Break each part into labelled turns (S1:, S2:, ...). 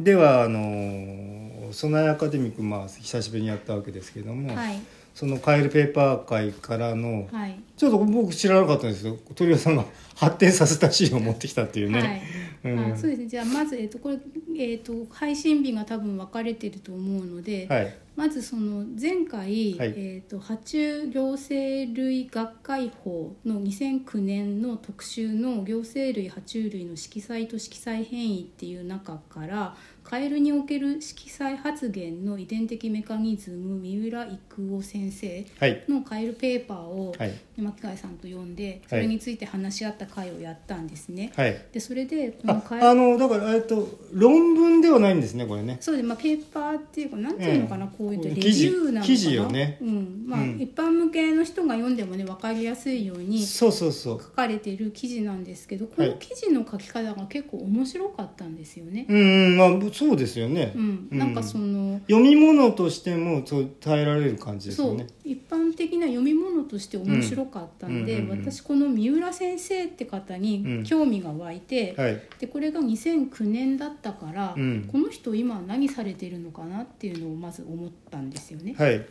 S1: ではあのソナイアカデミック、まあ、久しぶりにやったわけですけども、
S2: はい
S1: そのカエルペーパー会からの、
S2: はい
S1: ちょっと僕知らなかったんですけど鳥羽さんが発展させたシーンを持ってきたっていうね、
S2: はい、
S1: うん
S2: あそうですねじゃあまず、えっとこれ、えっと配信日が多分分かれてると思うので、
S1: はい
S2: まずその前回、
S1: はい
S2: えっと爬虫行政類学会法の2009年の特集の行政類爬虫類の色彩と色彩変異っていう中からカエルにおける色彩発現の遺伝的メカニズム三浦育夫先生
S1: はい
S2: のカエルペーパーを
S1: はい
S2: 巻貝さんと呼んでそれについて話し合った会をやったんですね。
S1: はい
S2: でそれでこの
S1: あ
S2: カエ
S1: あのだからえっと論文ではないんですねこれね
S2: そうでまあペーパーっていうかなんていうのかな、
S1: うん
S2: こういうとレビ
S1: 記事
S2: ューなのかな
S1: 記事よね
S2: うんまあ
S1: うん
S2: 一般向けの人が読んでもね分かりやすいように書
S1: そうそうそう
S2: かれている記事なんですけどこ
S1: はい
S2: の記事の書き方が結構面白かったんですよね。
S1: うんうんまあそうですよね、
S2: うん、
S1: うん
S2: なんかその、
S1: 読み物としてもそう耐えられる感じです
S2: そ
S1: よ
S2: う
S1: ね
S2: 一般的な読み物として面白かったんで、
S1: うんうんうんうん
S2: 私この三浦先生って方
S1: うん
S2: に興味が湧いて、
S1: はい
S2: でこれが2009年だったから、
S1: うん
S2: この人今何されてるのかなっていうのをまず思ったんですよね。
S1: はい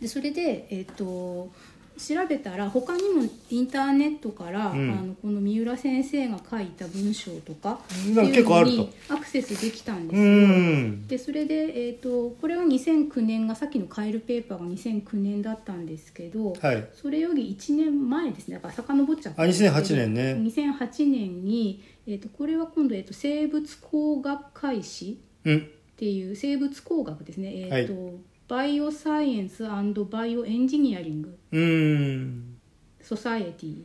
S2: でそれで、えっと調べたら他にもインターネットから、
S1: うん
S2: あのこの三浦先生が書いた文章とか
S1: なんか結構あると
S2: っていうのにアクセスできたんです
S1: う
S2: よ。
S1: ん
S2: でそれで、えっとこれは2009年がさっきのカエルペーパーが2009年だったんですけど、
S1: はい
S2: それより1年前ですねだから遡っちゃった
S1: あ2008年ね
S2: 2008年に、えっとこれは今度、えっと生物工学会誌
S1: うん
S2: っていう生物工学ですね、えーとバイオサイエンスバイオエンジニアリング・
S1: うん
S2: ソサエティ・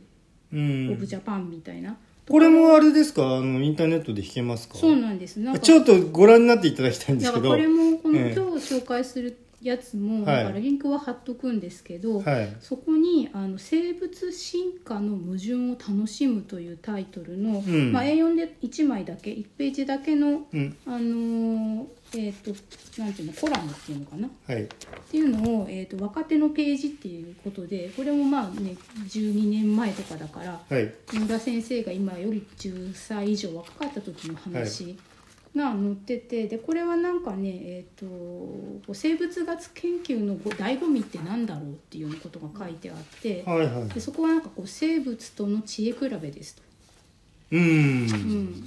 S1: う
S2: オブ・
S1: ん
S2: ジャパンみたいな、
S1: これもあれですかあのインターネットで弾けますか
S2: そうなんですなんか
S1: ちょっとご覧になっていただきたいんで
S2: だ
S1: す
S2: か
S1: けど
S2: らこれもこの
S1: ええ
S2: 今日紹介するやつも、
S1: はい
S2: だからリンクは貼っとくんですけど、
S1: はい
S2: そこにあの「生物進化の矛盾を楽しむ」というタイトルの、
S1: うん
S2: まあ、A4 で1枚だけ1ページだけの、
S1: うん
S2: あのーえっ、となんていうのコラムっていうのかな
S1: はい
S2: っていうのを、えー、と若手のページっていうことでこれもまあね12年前とかだから
S1: はい
S2: 三浦先生が今より10歳以上若かった時の話が載ってて、でこれはなんかね、えー、とこう生物学研究のご醍醐味ってなんだろうっていうようなことが書いてあって
S1: はいはい
S2: でそこはなんかこう生物との知恵比べですと。
S1: う
S2: うんん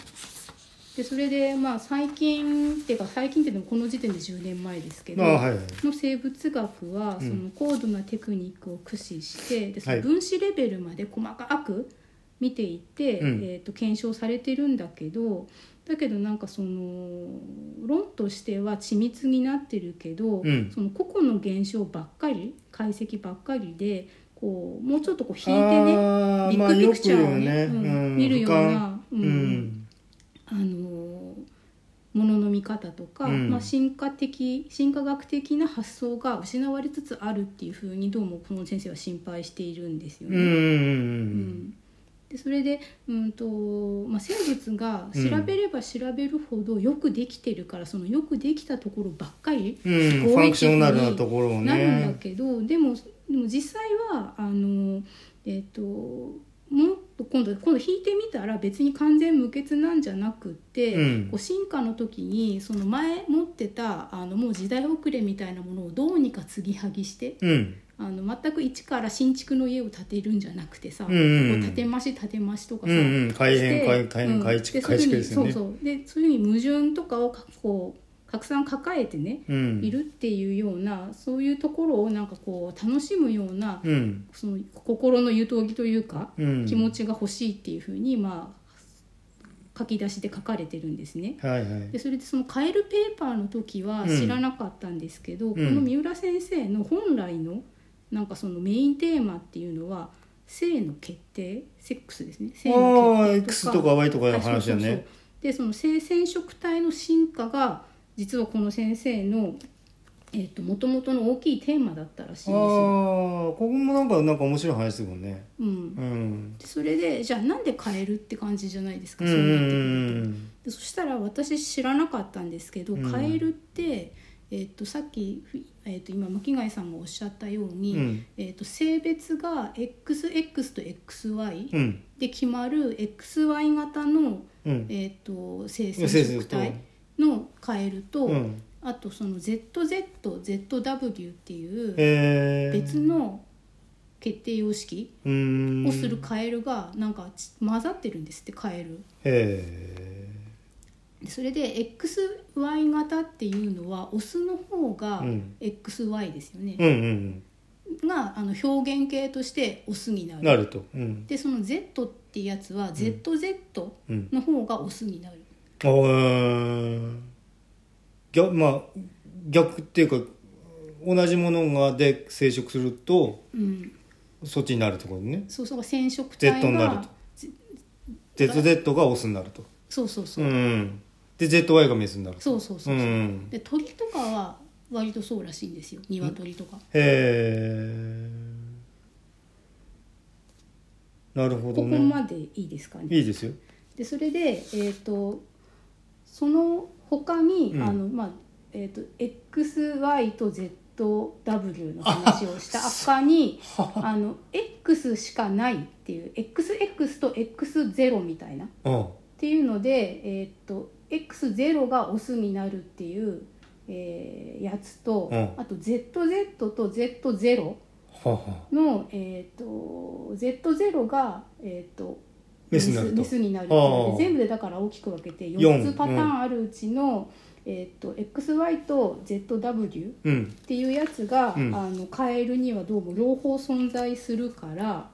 S2: でそれでまあ最近っていうか最近ってでもこの時点で10年前ですけど、
S1: まあはいはい
S2: の生物学は
S1: う
S2: そ
S1: ん
S2: の高度なテクニックを駆使して、でそ
S1: は
S2: の
S1: い
S2: 分子レベルまで細かく見ていて、
S1: うん
S2: えー、と検証されてるんだけどだけどなんかその論としては緻密になってるけど、
S1: うん
S2: その個々の現象ばっかり解析ばっかりでこうもうちょっとこう
S1: あ
S2: 引いてね
S1: あ
S2: ビ
S1: まあ
S2: ッグピ
S1: よ
S2: ク
S1: く
S2: チャ
S1: 言う
S2: ーを
S1: よね
S2: ね、
S1: う
S2: うん
S1: ん
S2: 見るよう
S1: 俯瞰
S2: な、う
S1: うんん
S2: あのーものの見方とか、
S1: うん
S2: まあ、進化的進化学的な発想が失われつつあるっていうふうにどうもこの先生は心配しているんですよ
S1: うんう
S2: ね。
S1: ん
S2: う、んでそれで、うんとまあ、生物が調べれば調べるほどよくできてるから、そのよくできたところばっかり
S1: うんうん、ファ
S2: 合理的に
S1: ンクショナルなところを
S2: なるんだ
S1: ね
S2: けど、でもでも実際はあのえっ、ともっと今度今度引いてみたら別に完全無欠なんじゃなくって、
S1: うん
S2: こう進化の時にその前持ってたあのもう時代遅れみたいなものをどうにか継ぎはぎして。
S1: うん
S2: あの全く一から新築の家を建てるんじゃなくてさ、
S1: うんうんうん
S2: こ建て増し建て増しとか
S1: う
S2: さ、
S1: んうん改変改
S2: う
S1: 変
S2: ん
S1: 改築改築ですよね
S2: そういうふうにそうそうでそういうふうに矛盾とかをかこうたくさん抱えてね、
S1: うん
S2: いるっていうようなそういうところをなんかこう楽しむような
S1: うん
S2: その心のゆとりというか
S1: うん
S2: 気持ちが欲しいっていうふうにまあ書き出しで書かれてるんですね。
S1: はいはい
S2: でそれでそのカエルペーパーの時は知らなかったんですけど、
S1: ん
S2: この三浦先生の本来のなんかそのメインテーマっていうのは性の決定セックスですね性の
S1: ああ
S2: 決
S1: X
S2: 定
S1: とか Y とかの
S2: はい
S1: 話だ
S2: そうそうそう
S1: ね
S2: でその性染色体の進化が実はこの先生のえっともとの大きいテーマだったらしいんです
S1: ああ
S2: よ。
S1: ここもなんかなんか面白い話ですもんね
S2: うん、
S1: うん
S2: でそれでじゃあなんで変えるって感じじゃないですか、
S1: うんう
S2: そうなっ
S1: ん
S2: て
S1: う
S2: くると。
S1: ん
S2: でそしたら私知らなかったんですけど、
S1: うん
S2: カエルって、えっとさっき、ふえっと今巻貝さんがおっしゃったように、
S1: うん
S2: えっと性別が XX と XY
S1: うん
S2: で決まる XY 型の、
S1: うん
S2: えっと性
S1: 性
S2: 染
S1: 染
S2: 色
S1: 色体
S2: 体のカエルと、
S1: うん
S2: あとその ZZZW っていう
S1: えー、
S2: 別の決定様式
S1: うーん
S2: をするカエルがなんかち混ざってるんですってカエル。
S1: へ
S2: でそれで XY 型っていうのはオスの方が
S1: うん
S2: XY ですよね、
S1: えうんうん
S2: があの表現形としてオスに
S1: う
S2: なる
S1: んなるとうん
S2: でその Z ってやつは ZZ
S1: うん
S2: の方がオスになる、
S1: あー逆まあ逆っていうか同じものがで生殖すると
S2: うん、
S1: そっちになるところね
S2: そうそう染色
S1: Z
S2: 体
S1: になる
S2: が
S1: と ZZ がオスになると
S2: そうそうそうう、
S1: んで ZY がメスになる
S2: そうそうそうそううんで鳥とかは割とそうらしいんですよ鶏とか、
S1: へえなるほど
S2: ここ
S1: ね
S2: までいいですかね
S1: いいですよ
S2: でそれでえっ、とその他に、
S1: うん
S2: あのまあえっ、と XY と ZW の話をした赤に あの X しかないっていう XX と X0 みたいな
S1: うん
S2: っていうので、えーっと X0 がオスになるっていう、えーやつと、
S1: うん
S2: あと ZZ と Z0
S1: はあは
S2: の、えー、と Z0 が、えー、と
S1: メスになると
S2: メスになる
S1: ああ
S2: 全部でだから大きく分けて
S1: 四
S2: 4つパターンあるうちの、えー、と XY と ZW っ
S1: うん
S2: ていうやつが、
S1: うん
S2: あのカエルにはどうも両方存在するから。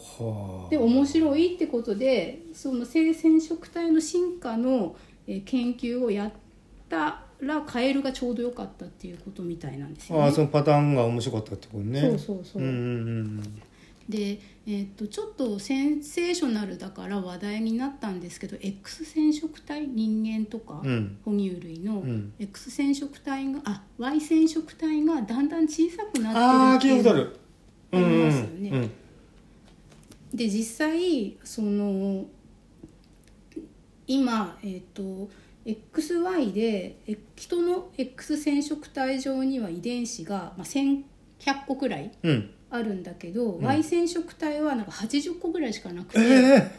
S1: はあ
S2: で面白いってことでその性染色体の進化のえー研究をやったらカエルがちょうど良かったっていうことみたいなんですよね。
S1: ああそのパターンが面白かったってことね
S2: そうそうそう
S1: うんうんうん
S2: で、えーっとちょっとセンセーショナルだから話題になったんですけど X 染色体人間とか、
S1: うん
S2: 哺乳類の
S1: うん
S2: X 染色体があ Y 染色体がだんだん小さくな
S1: あ
S2: っ
S1: あ
S2: てる
S1: 聞
S2: っ
S1: い
S2: て
S1: た
S2: い
S1: こ
S2: う
S1: とあるうん
S2: あり
S1: う
S2: ますよね
S1: ん
S2: で実際その今えっ、と XY でえ人の X 染色体上には遺伝子が、まあ、1100個くらい
S1: うんうん
S2: あるんだけど、
S1: ん
S2: Y 染色体はなんか80個ぐらいしかなくて、
S1: え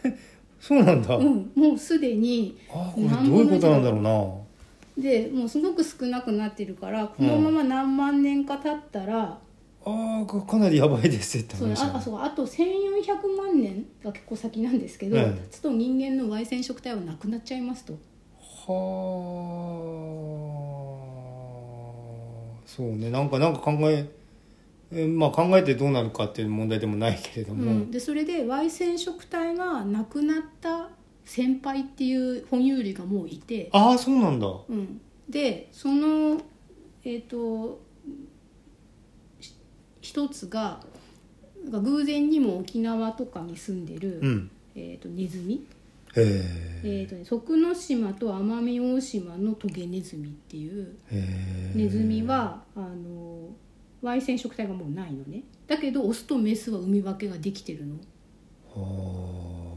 S1: えそうなんだ
S2: うん、もうすでに
S1: ああこれどういうことなんだろうな
S2: でもうすごく少なくなってるからこのまま何万年か経ったら、
S1: ああこれかなりやばいですって
S2: そう
S1: 話
S2: ああそうあと1400万年が結構先なんですけど、
S1: ええ
S2: ちょっと人間の Y 染色体はなくなっちゃいますと。
S1: はあそうねなんかなんか考ええまあ考えてどうなるかっていう問題でもないけれど
S2: う
S1: も、
S2: ん、でそれで Y 染色体がなくなった先輩っていう哺乳類がもういて、
S1: ああそうなんだ
S2: うん、でそのえっ、とし一つがが偶然にも沖縄とかに住んでる、
S1: うん
S2: えー、とネズミ、
S1: へえ
S2: えーとね、徳之島と奄美大島のトゲネズミっていう
S1: へえ
S2: ネズミはあの Y 染色体がもうないのねだけどオスとメスは海分けができてるの。
S1: は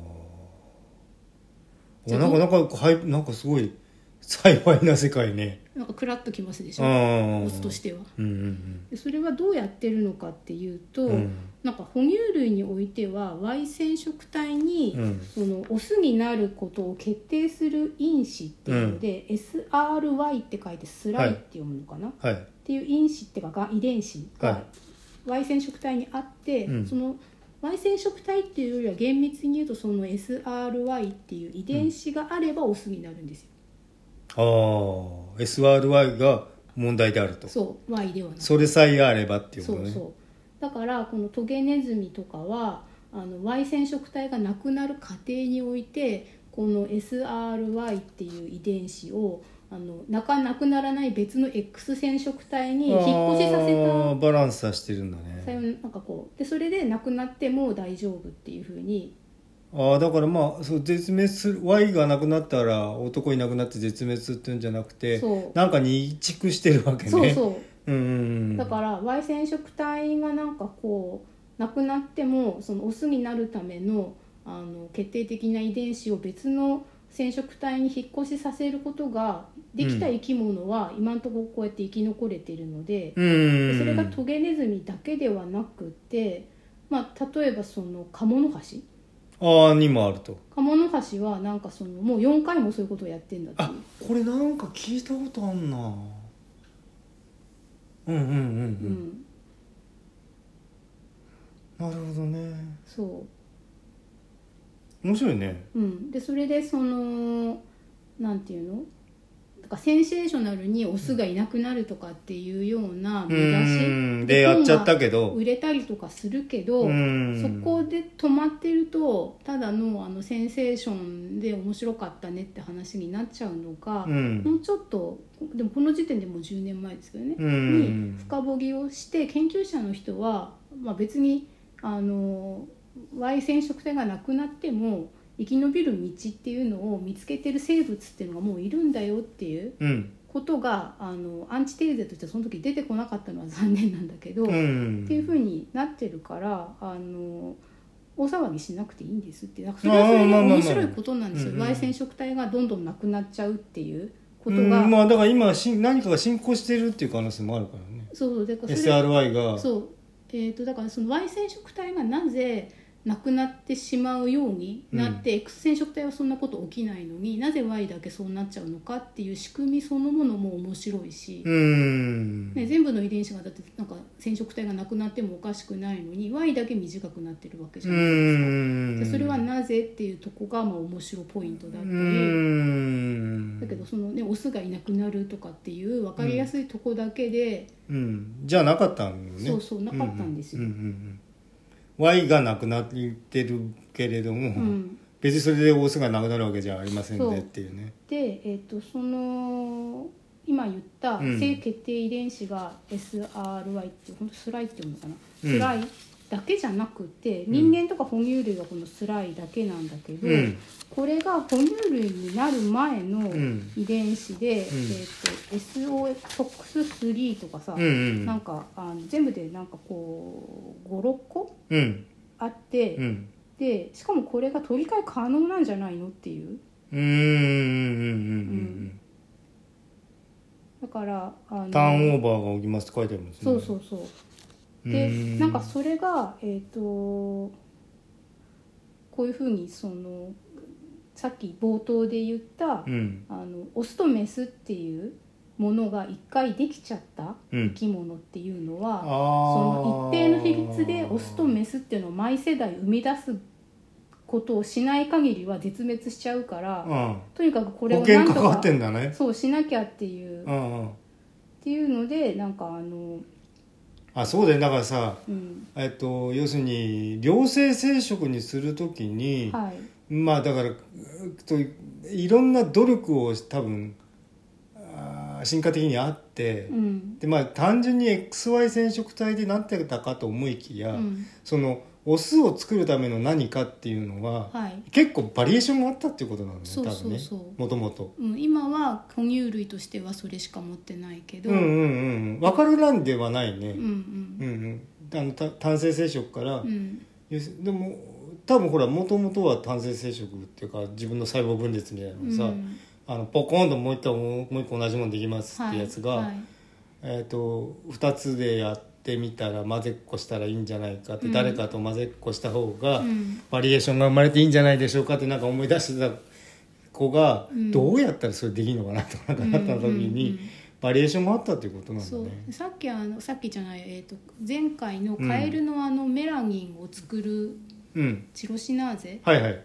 S2: じ
S1: あ
S2: ゃ
S1: あ
S2: あ
S1: なんかなんかはいなんかすごい幸いな世界ね
S2: なんかクラッときますでし
S1: う
S2: ょ
S1: ん
S2: オスとしては
S1: うんうん
S2: でそれはどうやってるのかっていうと、
S1: うん
S2: なんか哺乳類においては Y 染色体に、
S1: うん
S2: そのオスになることを決定する因子っていうので、SRY って書いてスライって読むのかな、っ
S1: はい
S2: ていう因子っていうかが遺伝子
S1: は
S2: が
S1: い
S2: Y 染色体にあって、
S1: うん
S2: その Y 染色体っていうよりは厳密に言うとその SRY っていう遺伝子があればオスになるんですよ、
S1: ああ SRY が問題であると
S2: そう Y ではなく
S1: それさえあればっていうこ
S2: そ
S1: と
S2: う
S1: ね
S2: そうだからこのトゲネズミとかはあの Y 染色体がなくなる過程においてこの SRY っていう遺伝子をあのなかなくならない別の X 染色体に引っ越しさせ
S1: あーバ
S2: た
S1: ランスさせてるんだ
S2: さよ
S1: ね
S2: なんかこうでそれでなくなっても大丈夫っていうふうに
S1: ああだからまあそう絶滅する Y がなくなったら男いなくなって絶滅っていうんじゃなくて
S2: そう
S1: なんかに蓄してるわけね
S2: そうそう
S1: うんうん
S2: だから Y 染色体がなんかこうなくなってもそのオスになるためのあの決定的な遺伝子を別の染色体に引っ越しさせることができた生き物は今のところこうやって生き残れてるので、
S1: うんうんうん
S2: それがトゲネズミだけではなくて、まあ、例えばそのカモノハシ
S1: あああにもあると
S2: 鴨の橋はなんかそのもう4回もそういうことをやってんだってい
S1: あ
S2: う
S1: これなんか聞いたことあんなうんうん
S2: う
S1: うん
S2: ん、
S1: うん、なるほどね
S2: そ
S1: 面白いね
S2: う、うん、でそれでそのなんていうのだからセンセーショナルにオスがいなくなるとかっていうような
S1: う
S2: 見出し
S1: んでやっちゃったけど
S2: 売れたりとかするけど、
S1: うん
S2: そこで止まってるとただのあのセンセーションで面白かったねって話になっちゃうのか、
S1: うん
S2: もうちょっとでもこの時点でもう10年前ですけどね、
S1: うん
S2: に深掘りをして研究者の人は、まあ、別にあの Y 染色体がなくなっても生き延びる道っていうのを見つけてる生物っていうのがもういるんだよっていう
S1: うん
S2: ことがあのアンチテーゼとしてその時出てこなかったのは残念なんだけど、
S1: う
S2: っ
S1: ん
S2: ていうふう
S1: に
S2: になってるからあの大騒ぎしなくていいんですってなんかそ
S1: まあ
S2: れはそれで
S1: まあまあまあ
S2: 面白いことなんですよ、
S1: うんうん
S2: Y 染色体がどんどんなくなっちゃうっていうこ
S1: う
S2: と
S1: ん
S2: が、
S1: まあだから今し何かが進行してるっていう可能性もあるからね
S2: そうそうでそれ
S1: SRI が
S2: そう、えー、とだからその Y 染色体がなぜなくなってしまうようになって、X 染色体はそんなこと起きないのになぜ Y だけそうなっちゃうのかっていう仕組みそのものも面白いし、
S1: うん
S2: ね、全部の遺伝子がだってなんか染色体がなくなってもおかしくないのに Y だけ短くなってるわけじ
S1: う
S2: ゃないですか。
S1: ん
S2: でそれはなぜっていうとこがまあ面白いポイントだった
S1: う
S2: り、
S1: ん
S2: だけどそのねオスがいなくなるとかっていう分かりやすいとこだけで、
S1: うんじゃなかったんよね
S2: そうそうなかったんですよ
S1: うううんうんうん、Y がなくなってるけれども、
S2: うん、
S1: 別にそれでオスがなくなるわけじゃありませんねっていうね
S2: で、えー、とその今言った
S1: うん
S2: 性決定遺伝子が SRY っていう本当スライっていうのかな、
S1: うん
S2: スライだけじゃなくて
S1: ん
S2: 人間とか哺乳類はこのスライだけなんだけど、
S1: うん
S2: これが哺乳類になる前の
S1: ん
S2: 遺伝子で、えー、と SOX3 とかさ、
S1: うんうん
S2: なんかあの全部でなんかこう56個
S1: うん
S2: あって、
S1: うん
S2: でしかもこれが取り替え可能なんじゃないのっていう。
S1: うんうんうん
S2: だからあの
S1: うんターンオーバーが起きますって書いてありますね
S2: そうそうそうで
S1: うん
S2: なんかそれがえっ、とこういうふうにそのさっき冒頭で言った、
S1: うん
S2: あのオスとメスっていうものが一回できちゃった
S1: う
S2: 生
S1: ん
S2: き物っていうの
S1: あの
S2: は、その一定の比率でオスとメスっていうのを毎世代生み出すことをしない限りは絶滅しちゃうから、
S1: うん
S2: とにかくこれ
S1: 保
S2: をな
S1: 険
S2: んと
S1: か
S2: か
S1: かってんだね
S2: そうしなきゃっていう、
S1: う
S2: っ
S1: んうん
S2: ていうのでなんかあの
S1: あそうだよだからさ
S2: うん
S1: えっと要するに良性生殖にするときに、
S2: はい
S1: まあだからうーといろんな努力を多分あー進化的にあって、
S2: うん
S1: でまあ単純に XY 染色体でなってたかと思いきや、
S2: うん
S1: そのオスを作るための何かっていうのは、
S2: はい
S1: 結構バリエーションがあったっていうことなんだ
S2: そ
S1: よ
S2: う
S1: ね多
S2: そ
S1: 分
S2: う
S1: ね
S2: そう
S1: もともと。
S2: うん、今は哺乳類としてはそれしか持ってないけど、
S1: うんうんうん分かる欄ではないね。
S2: う
S1: うん
S2: ん
S1: うんあのた単性生殖から、
S2: うんうん
S1: 要すでも多分ほらもともとは単性生殖っていうか自分の細胞分裂みたいなのさ、
S2: うん
S1: あのポコンともう一回もう一個同じものできますっ
S2: は
S1: て
S2: い
S1: やつが、
S2: はい
S1: えー、と2つでやってみたら混ぜっこしたらいいんじゃないかって、
S2: うん
S1: 誰かと混ぜっこした方が、
S2: うん
S1: バリエーションが生まれていいんじゃないでしょうかってなんか思い出してた子が、
S2: うん
S1: どうやったらそれできるのかなとかなんかなった時に、
S2: うんうんうん
S1: バリエーションがあったっていうことなんだ
S2: そう
S1: ね。
S2: さっきあのさっきじゃない、えー、と前回のカエルのあのメラニンを作る
S1: うん
S2: チロシナーゼ
S1: はいはい、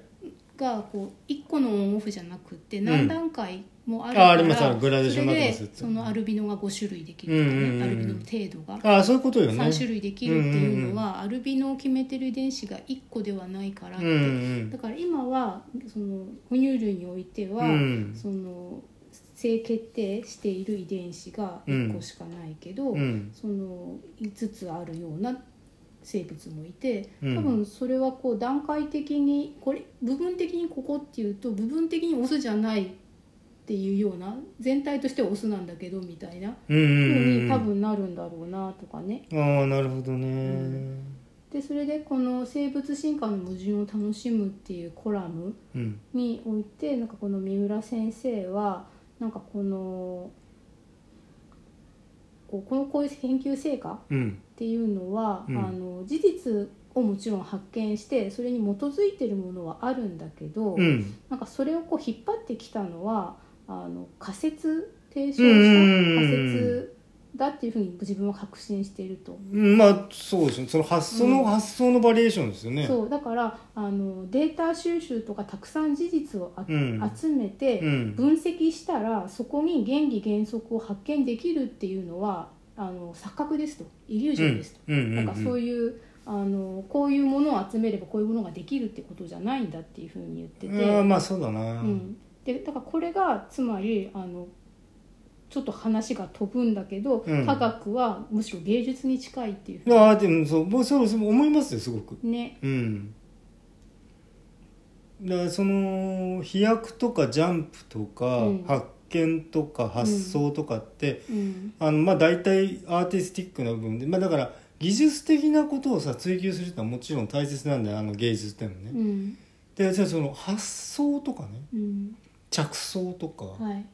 S2: がこう1個のオンオフじゃなくて
S1: ん
S2: 何段階もある
S1: あ
S2: か
S1: ありますあ
S2: ら
S1: るグラデーションになってます
S2: それ
S1: って
S2: でそのアルビノが5種類できるとか
S1: うんうんうん
S2: ねアルビノの程度が。
S1: ああそういうことよね。
S2: 3種類できるっていうのは、アルビノを決めてる遺伝子が1個ではないからって、
S1: うん
S2: だから今はその哺乳類において
S1: うんう
S2: は、
S1: ん
S2: その性決定している遺伝子が1個しかないけど、
S1: うん
S2: その5つあるような生物もいて
S1: うん
S2: 多分それはこう段階的にこれ部分的にここっていうと部分的にオスじゃないっていうような全体としてはオスなんだけどみたいな
S1: うんうん
S2: ふう
S1: う
S2: に
S1: ん
S2: 多分なるんだろうなとかね。
S1: ああなるほどね、
S2: んでそれでこの生物進化の矛盾を楽しむっていうコラム
S1: うん
S2: においてなんかこの三浦先生はなんかこのこうこのこういう研究成果
S1: うん
S2: っていうのは、
S1: うん
S2: あの事実をもちろん発見してそれに基づいてるものはあるんだけど、
S1: うん
S2: なんかそれをこう引っ張ってきたのはあの仮説提唱した
S1: うんうんうん
S2: 仮説だっていうふうに自分は確信していると。
S1: うんまあそうですねその発想の、
S2: うん
S1: 発想のバリエーションですよね
S2: そうだからあのデータ収集とかたくさん事実をあ、
S1: うん
S2: 集めて
S1: うん
S2: 分析したらそこに原理原則を発見できるっていうのはあの錯覚ですとイリュージョンですと、
S1: うんうんうんうん
S2: なんかそういうあのこういうものを集めればこういうものができるってことじゃないんだっていうふうに言ってて。
S1: あーまあそうだな、
S2: うん、でだからこれがつまりあのちょっと話が飛ぶんだけど、
S1: うん
S2: 科学はむしろ芸術に近いっていう
S1: ああでもそう僕そうそう思いますよすごく
S2: ね
S1: うんだからその飛躍とかジャンプとか、
S2: うん
S1: 発見とか発想とかって、
S2: うん
S1: あのまあ大体アーティスティックな部分で、まあ、だから技術的なことをさ追求するってのはもちろん大切なんだよあの芸術でもね、
S2: うん
S1: でじゃあその発想とかね
S2: うん
S1: 着想とか、
S2: はい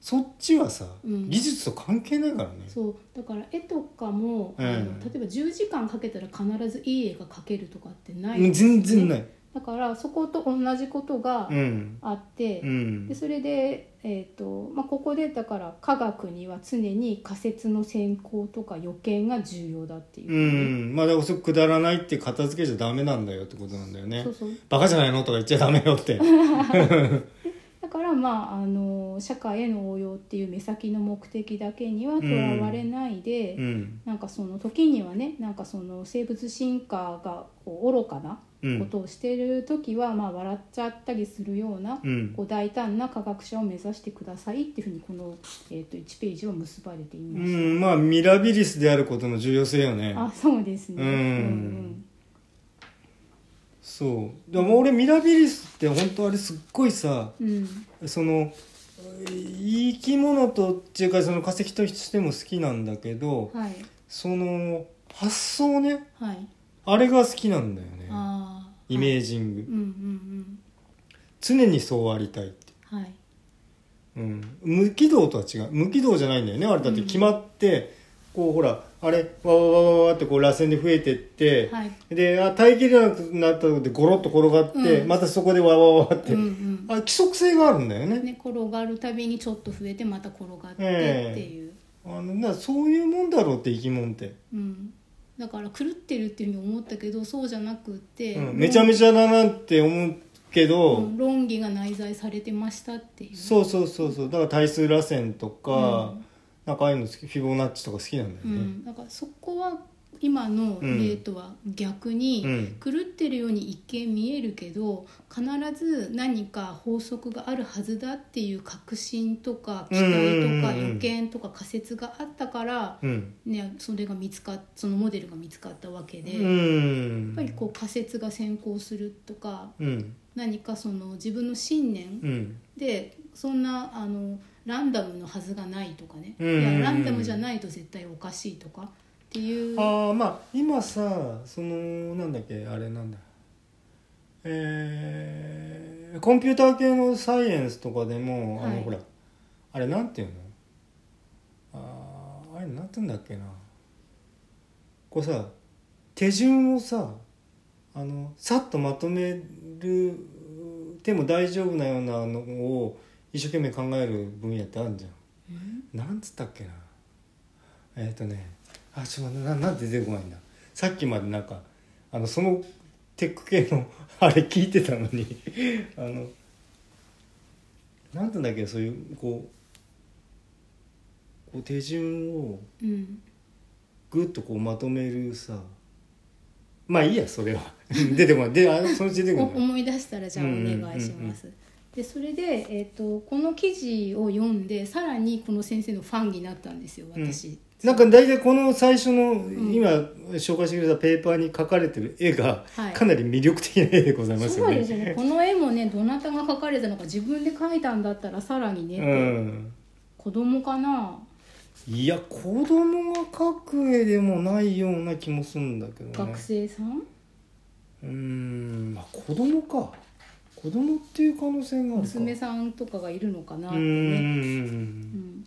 S1: そっちはさ、
S2: うん
S1: 技術と関係ないからね
S2: そうだから絵とかも、
S1: うん
S2: あの例えば10時間かけたら必ずいい絵が描けるとかってない、
S1: うん全然ない、
S2: だからそこと同じことが
S1: うん
S2: あって、
S1: うん
S2: でそれで、えーとまあ、ここでだから科学には常に仮説の先行とか予見が重要だっていう
S1: う
S2: ふうに
S1: んまあだからそれくだらないって片付けちゃダメなんだよってことなんだよね
S2: そうそう
S1: バカじゃないのとか言っちゃダメよって
S2: だからまああの社会への応用っていう目先の目的だけにはとらわれないで、
S1: うん
S2: なんかその時にはねなんかその生物進化がこう愚かな
S1: うん
S2: ことをしている時は、まあ笑っちゃったりするような、
S1: うん
S2: こう大胆な科学者を目指してくださいっていうふうにこの、えー、と1ページは結ばれていうまし
S1: んまあミラビリスであることの重要性よね
S2: た。あそうですね。
S1: うんそうでも俺ミラビリスって本当あれすっごいさ
S2: うんうん
S1: その生き物とっていうかその化石としても好きなんだけど
S2: うん、はい
S1: その発想ね
S2: はい。
S1: あれが好きなんだよね
S2: あ
S1: イメー
S2: ジ。
S1: ジング、
S2: うんうん
S1: 常にそうありたいって
S2: うんはい。
S1: うん、無軌道とは違う無軌道じゃないんだよねあれだって決まって、こうほらあれわわわわわってこう螺旋で増えてって、
S2: はい。
S1: であ耐えきれなくなったところでゴロッと転がって、
S2: うん
S1: またそこでわわわわって、
S2: うんうん。
S1: あ規則性があるんだよね
S2: ね、転がるたびにちょっと増えてまた転がって
S1: ええ
S2: っていう、
S1: あのなそういうもんだろうって生き物って、
S2: うん、だから狂ってるっていうふうに思ったけどそうじゃなくって、
S1: うん、めちゃめちゃだなって思うけど、
S2: うん論議が内在されてましたっていう
S1: そうそうそうそうだから対数螺旋とか、
S2: うん
S1: なんかああいうの好きフィボナッチとか好きなんだよ
S2: う
S1: ね、
S2: ん、だからそこは今の例とは逆に、
S1: うん
S2: 狂ってるように一見見えるけど必ず何か法則があるはずだっていう確信とか期待
S1: うんうん
S2: とか
S1: うんうん
S2: 予見とか仮説があったから、
S1: うん
S2: ね、それが見つかっそのモデルが見つかったわけで、
S1: う
S2: やっ
S1: ん
S2: ぱりこう仮説が先行するとか
S1: うん
S2: 何かその自分の信念
S1: うん
S2: でそんなあのランダムのはずがないとかね、
S1: うんうんうん
S2: いやランダムじゃないと絶対おかしいとかっていう
S1: ああまあ今さそのなんだっけあれなんだえー、コンピューター系のサイエンスとかでも、あ
S2: は
S1: の
S2: い
S1: ほらあれなんていうのあーあれなんて言うんだっけなこうさ手順をさあのさっとまとめるでも大丈夫なようなのを一生懸命考える分野ってあるじゃん。
S2: うん
S1: なんつったっけなえっ、とねあちょっとななんて出てこないんださっきまでなんかあのそのテック系のあれ聞いてたのに あのなんて言うんだっけそういうこうこう手順を
S2: うん
S1: グッとこうまとめるさまあいいやそれは 出てこないであそのうち出て
S2: お
S1: こない
S2: 思い出したらじゃあお願いします。でそれで、えー、とこの記事を読んでさらにこの先生のファンになったんですよ私、
S1: なんか大体この最初の今紹介してくれたペーパーに書かれてる絵が
S2: はい
S1: かなり魅力的な絵でございます
S2: そ
S1: よ
S2: う
S1: ね。
S2: ですよねこの絵もねどなたが描かれたのか自分で描いたんだったらさらにね、
S1: うん、
S2: 子供かない
S1: や子供が描く絵でもないような気もするんだけどね
S2: 学生さん
S1: うーんまあ子供か子供っていう可能性があるか
S2: 娘さんとかがいるのかなって
S1: うー
S2: ね、
S1: ん
S2: うん、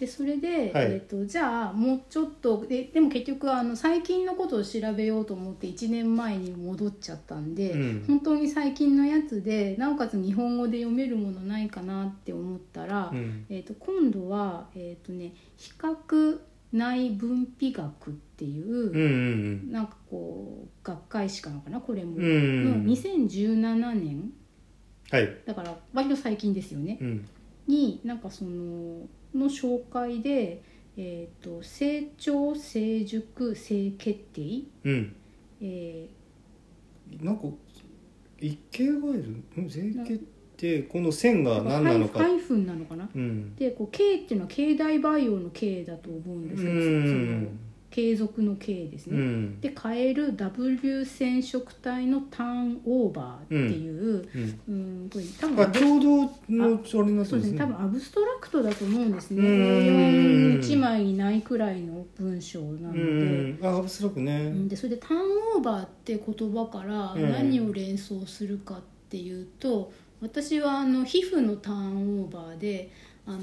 S2: でそれで、
S1: はい
S2: えっとじゃあもうちょっとででも結局あの最近のことを調べようと思って1年前に戻っちゃったんで、
S1: うん
S2: 本当に最近のやつでなおかつ日本語で読めるものないかなって思ったら、
S1: うん
S2: えっと今度は、えっとね、比較内分泌学っていう、
S1: うんうん
S2: なんかこう学会誌かなかなこれも、
S1: うんうん
S2: の2017年
S1: はい
S2: だから割と最近ですよね。
S1: うん
S2: になんかそのの紹介で、えー、と成長成熟性決定、
S1: うん
S2: え
S1: なんか一形ガエルん全形ってこの線が
S2: ー、
S1: 何なのか
S2: ハイフンなのかな
S1: うん
S2: でこう K っていうのは経大培養の K だと思うん
S1: う
S2: ですけどその
S1: ん
S2: 継続の K です
S1: う
S2: ね、
S1: ん
S2: で変える W 染色体のターンオーバーっていう、
S1: うん
S2: うん、これ多分
S1: あ共同のあれになって
S2: そう
S1: ま
S2: です
S1: す
S2: ね多分
S1: ね
S2: アブストラクトだと思うんですね
S1: うんうんうん
S2: A41 枚にないくらいの文章な
S1: う
S2: の
S1: ん
S2: で。
S1: うんあアブストラクね
S2: うんでそれで「ターンオーバー」って言葉から
S1: うん
S2: 何を連想するかっていうと、私はあの皮膚のターンオーバーであ の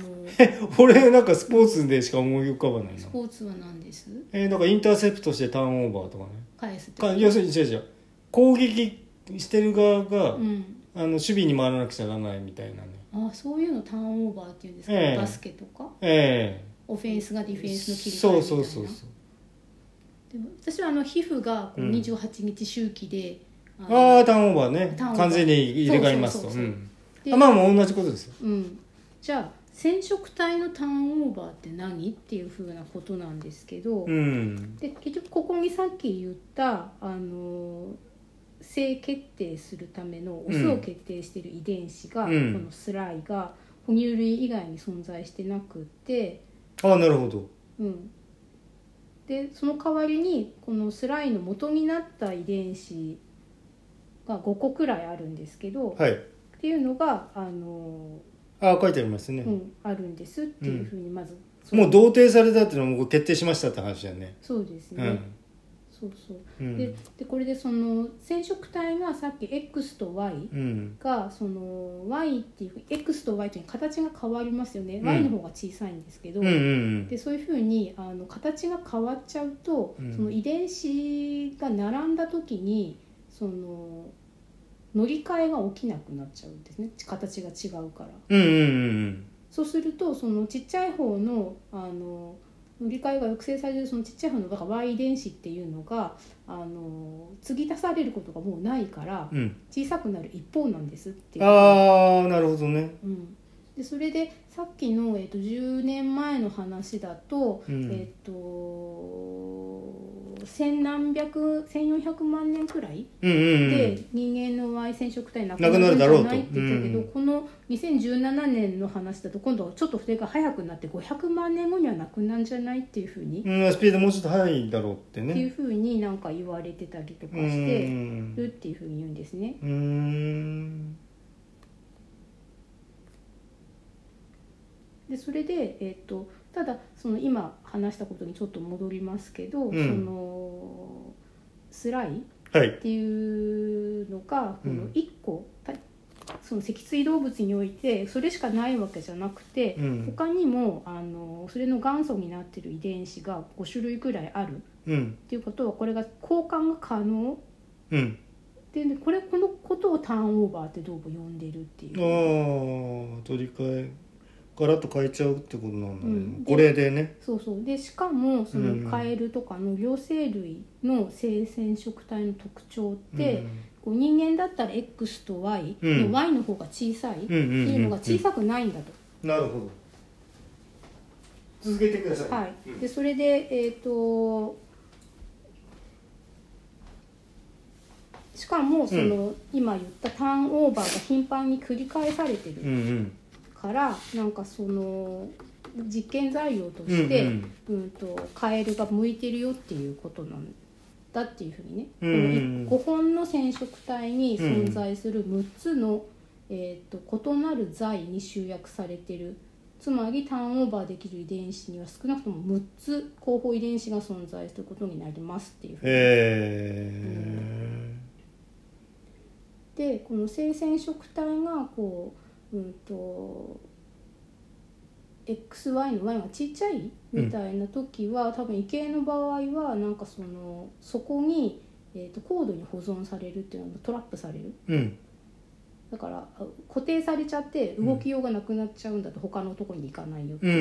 S1: 俺なんかスポーツでしか思い浮かばないな
S2: スポーツは何です
S1: えー、なんかインターセプトしてターンオーバーとかね
S2: 返すって
S1: か要するに違う違う攻撃してる側が、
S2: うん、
S1: あの守備に回らなくちゃならないみたいなね
S2: あそういうのターンオーバーっていうんですか、
S1: ええ
S2: バスケとか
S1: え
S2: オフェンスがディ
S1: え
S2: フェンスの切り替え
S1: そ
S2: み
S1: う
S2: たい
S1: そ
S2: な
S1: うそうそう
S2: でも私はあの皮膚がこう
S1: うん
S2: 28日周期で、
S1: ああー
S2: の
S1: ターンオーバーね
S2: ターンオーバ
S1: 完
S2: ー
S1: 全に入れ替えますと
S2: そううそうそうそうんで
S1: あまあもう同じことですよ
S2: うん、じゃあ染色体のターンオーバーって何っていうふうなことなんですけど、
S1: うん
S2: で結局ここにさっき言った、あのー性決定するためのオスを決定している遺伝子が、
S1: うん
S2: このスライが哺乳類以外に存在してなくて、
S1: ああなるほど
S2: うん、でその代わりにこのスライの元になった遺伝子が5個くらいあるんですけど、
S1: はい
S2: っていうのが、あの
S1: ああ書いてありますね、
S2: ーうん、あるんですっていうふうにまず、
S1: もう同定されたっていうのはもう決定しましたって話だよね
S2: そうですね、そうそう
S1: うんうん
S2: ででこれでその染色体がさっき X と Y
S1: うん
S2: がその Y っていう X と Y という形が変わりますよね、
S1: うん
S2: Y の方が小さいんですけど、
S1: うんうん
S2: でそういうふうにあの形が変わっちゃうと、
S1: うん
S2: その遺伝子が並んだ時にその乗り換えが起きなくなっちゃうんですね形が違うから。
S1: うんうんうん
S2: そうするとそのちっちゃい方のあの乗り換えが抑制されるそのちっちゃい方のだから Y 遺伝子っていうのがあの継ぎ足されることがもうないから
S1: うんうん
S2: 小さくなる一方なんですっていう。
S1: ああなるほどね
S2: うん、でそれでさっきの、えっと10年前の話だと、
S1: うん
S2: えっと千何百千四百万年くらい
S1: うんうんうん
S2: で人間の Y 染色体な
S1: なくなるだろうと
S2: ないって言ったけど、
S1: うん
S2: この2017年の話だと今度はちょっと筆が早くなって500万年後にはなくなんじゃないっていうふうに、
S1: うん、スピードもうちょっと速いだろうって
S2: っていう
S1: ね。
S2: ふうになんか言われてたりとか
S1: う
S2: して
S1: ん
S2: るっていうふうに言うんですね。
S1: うーん。
S2: でそれで、えっとただその今話したことにちょっと戻りますけど、
S1: うん
S2: そのスライ
S1: はい
S2: っ。ていうのが
S1: う
S2: この
S1: ん
S2: 1個、たその脊椎動物においてそれしかないわけじゃなくて、
S1: うん。
S2: 他にもあのそれの元祖になってる遺伝子が5種類くらいあるっ
S1: うん。
S2: ていうことはこれが交換が可能
S1: うん。
S2: でこれこのことをターンオーバーってどうも呼んでるっていう。
S1: ああ、取り替え。ガラッと変えちゃうってことなんだね。
S2: うん
S1: これでね。
S2: そうそうでしかもそ
S1: うん
S2: のカエルとかの両生類の性染色体の特徴って、こう人間だったら X と Y、
S1: うん
S2: で Y の方が小さいって
S1: うん。うん。うん。
S2: いうのが小
S1: い。
S2: さくないんだと。
S1: なるほど。続けてください。
S2: はい、
S1: うん
S2: でそれでえっ、としかもその、今言ったターンオーバーが頻繁に繰り返されて
S1: う
S2: る
S1: んうん。
S2: から、なんかその実験材料として、
S1: う
S2: うんんとカエルが向いてるよっていうことなんだっていうふうにね、
S1: う
S2: こ
S1: んうん
S2: の5本の染色体に存在する6つの、えー、と異なる材に集約されてるつまりターンオーバーできる遺伝子には少なくとも6つ候補遺伝子が存在することになりますっていうふうに
S1: え
S2: でこの性染色体がこう、うん、と XY の Y がちっちゃいみたいな時は、多分異形の場合はなんかそのそこに、えー、と高度に保存されるっていうのはトラップされる
S1: うん
S2: だからあ固定されちゃって動きようがなくなっちゃうんだと、他のとこに行かないよ、
S1: うんう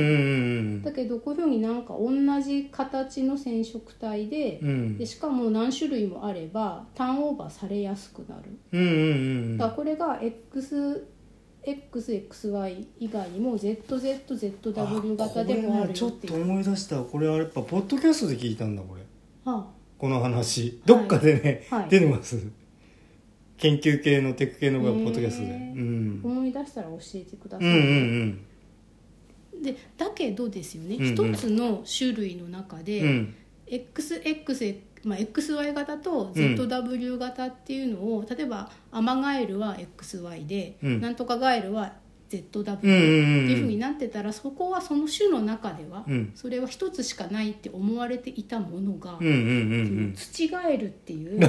S1: ん
S2: だけどこういうふうになんか同じ形の染色体で,、
S1: うんうん
S2: でしかも何種類もあればターンオーバーされやすくなる
S1: うんうんうん
S2: だからこれが XXXY 以外にも ZZZW 型でもあ
S1: これ
S2: る
S1: ねち
S2: よ
S1: ょ
S2: っ
S1: ってと
S2: いう。
S1: 思い出したこれはやっぱポッドキャストで聞いたんだこれ
S2: は
S1: この話どっかでね、
S2: はい
S1: 出てます研究系のテク系のがポッドキャストで、
S2: へー
S1: うん、
S2: 思い出したら教えてくだ
S1: う
S2: さ
S1: ん
S2: い、
S1: うんうん
S2: でだけどですよね
S1: うんうん
S2: 一、つの種類の中で、
S1: うん
S2: XX、まあ、XY 型と
S1: うん
S2: ZW 型っていうのを、例えばアマガエルは XY で、
S1: うん
S2: なんとかガエルは ZW って
S1: うんうんうん
S2: いうふうになってたら、そこはその種の中では、
S1: うん
S2: それは一つしかないって思われていたものが、
S1: うんうんうんう
S2: その
S1: ん
S2: 土ガエルっていう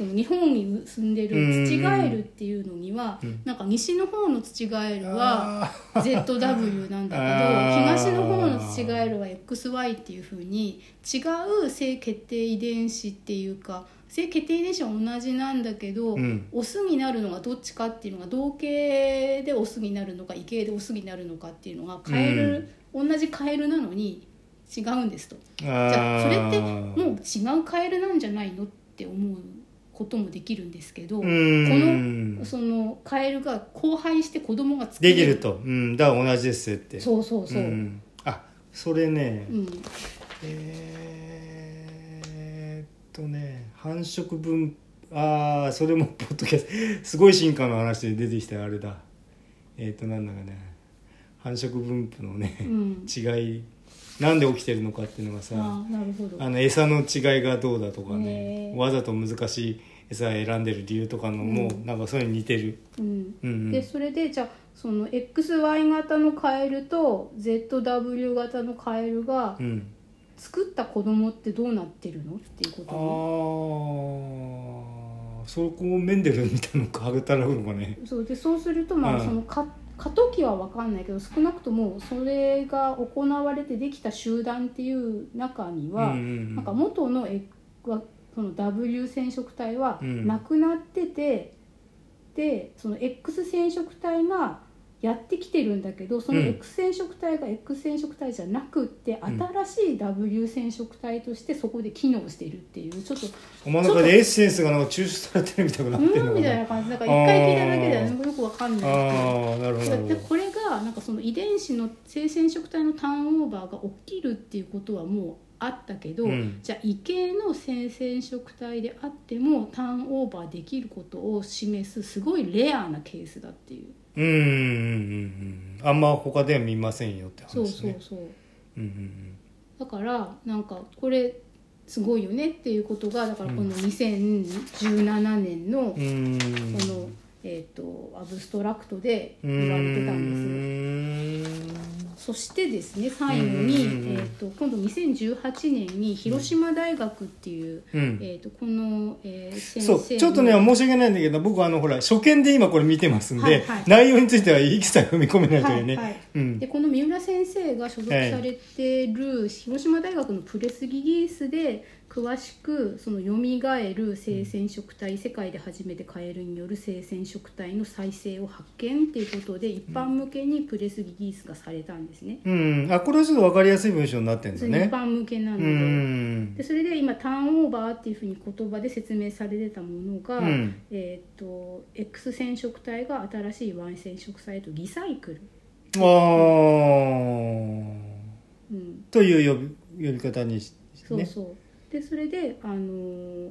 S2: その日本に住んでる土ガエルっていうのには、
S1: うん
S2: なんか西の方の土ガエルは
S1: あ
S2: ZW なんだ
S1: あー
S2: けど東の方の土ガエルは XY っていうふうに違う性決定遺伝子っていうか性決定遺伝子は同じなんだけど、
S1: うん
S2: オスになるのがどっちかっていうのが同系でオスになるのか異系でオスになるのかっていうのがカエル、同じカエルなのに違うんですと。
S1: ー
S2: じゃあそれっ
S1: あ
S2: て
S1: ー
S2: もう違うカエルなんじゃないのって思うこともできるんですけど、
S1: うん
S2: このそのカエルが交配して子供が作
S1: できると、うん、だから同じですって
S2: そうそうそう、うん
S1: ん、あそれね、えーっとね繁殖分ああそれもポッドキャスト すごい進化の話で出てきたあれだえーっとなんだかね繁殖分布のね、
S2: うん
S1: 違いなんで起きてるのかっていうのがさ
S2: ああなるほど
S1: あの餌の違いがどうだとかね
S2: ねー
S1: わざと難しい餌を選んでる理由とかのも、
S2: うん
S1: なんかそれに似てる、
S2: うん
S1: うんうん、
S2: でそれでじゃあその XY 型のカエルと ZW 型のカエルが
S1: うん
S2: 作った子供ってどうなってるのっていうこ
S1: ああ
S2: とね
S1: そこをメンデルみたいなのかぐたらうのかね
S2: そうでそうするとま
S1: う
S2: あ
S1: ん
S2: そのか過渡期は分かんないけど少なくともそれが行われてできた集団っていう中には、
S1: うんうんうん
S2: なんか元の X はその W 染色体は
S1: うん
S2: なくなってて、でその X 染色体がやってきてるんだけどその
S1: うん
S2: X 染色体が X 染色体じゃなくって、
S1: ん
S2: 新しい W 染色体としてそこで機能しているっていうちょっと
S1: お前の中でエッセンスがなんか抽出されてるみたいになってる
S2: う
S1: のか
S2: んみ
S1: な
S2: たいな感じだから一回聞いただけではよく分かんないですけど。
S1: ああなるほどなるほ
S2: で
S1: ど
S2: これがなんかその遺伝子の性染色体のターンオーバーが起きるっていうことはもうあったけど、
S1: うん
S2: じゃあ異形の性染色体であってもターンオーバーできることを示すすごいレアなケースだっていう、
S1: うんうんうんうんあんま他では見ませんよって話
S2: そ
S1: ね
S2: うそうそう
S1: うんうん
S2: だからなんかこれすごいよねっていうことがだからこの2017年の、
S1: うんうーん
S2: この、えー、とアブストラクトで言われてたんです
S1: で
S2: よ。
S1: す
S2: そしてですね最後に、
S1: うんうんうんうん
S2: えー、と今度2018年に広島大学っていう、
S1: うん
S2: えー、とこの、えー先生
S1: そ
S2: の
S1: うちょっとね申し訳ないんだけど僕あのほら初見で今これ見てますんで、
S2: はいはい
S1: 内容については一切踏み込めないというね、
S2: はいはい
S1: うん
S2: でこの三浦先生が所属されてる広島大学のプレスリリースで詳しくその蘇る性染色体、世界で初めてカエルによる性染色体の再生を発見っていうことで一般向けにプレスリリースがされたんですね。
S1: うん、あこれはちょっと分かりやすい文章になってるんだ
S2: それ
S1: ね
S2: 一般向けな
S1: う
S2: ので、
S1: ん
S2: でそれで今ターンオーバーっていうふうに言葉で説明されてたものが、
S1: うん
S2: えー、と X 染色体が新しい Y 染色体とリサイクル、
S1: あー
S2: うん、
S1: という呼び呼び方にし
S2: そうそう、でそれで、あのー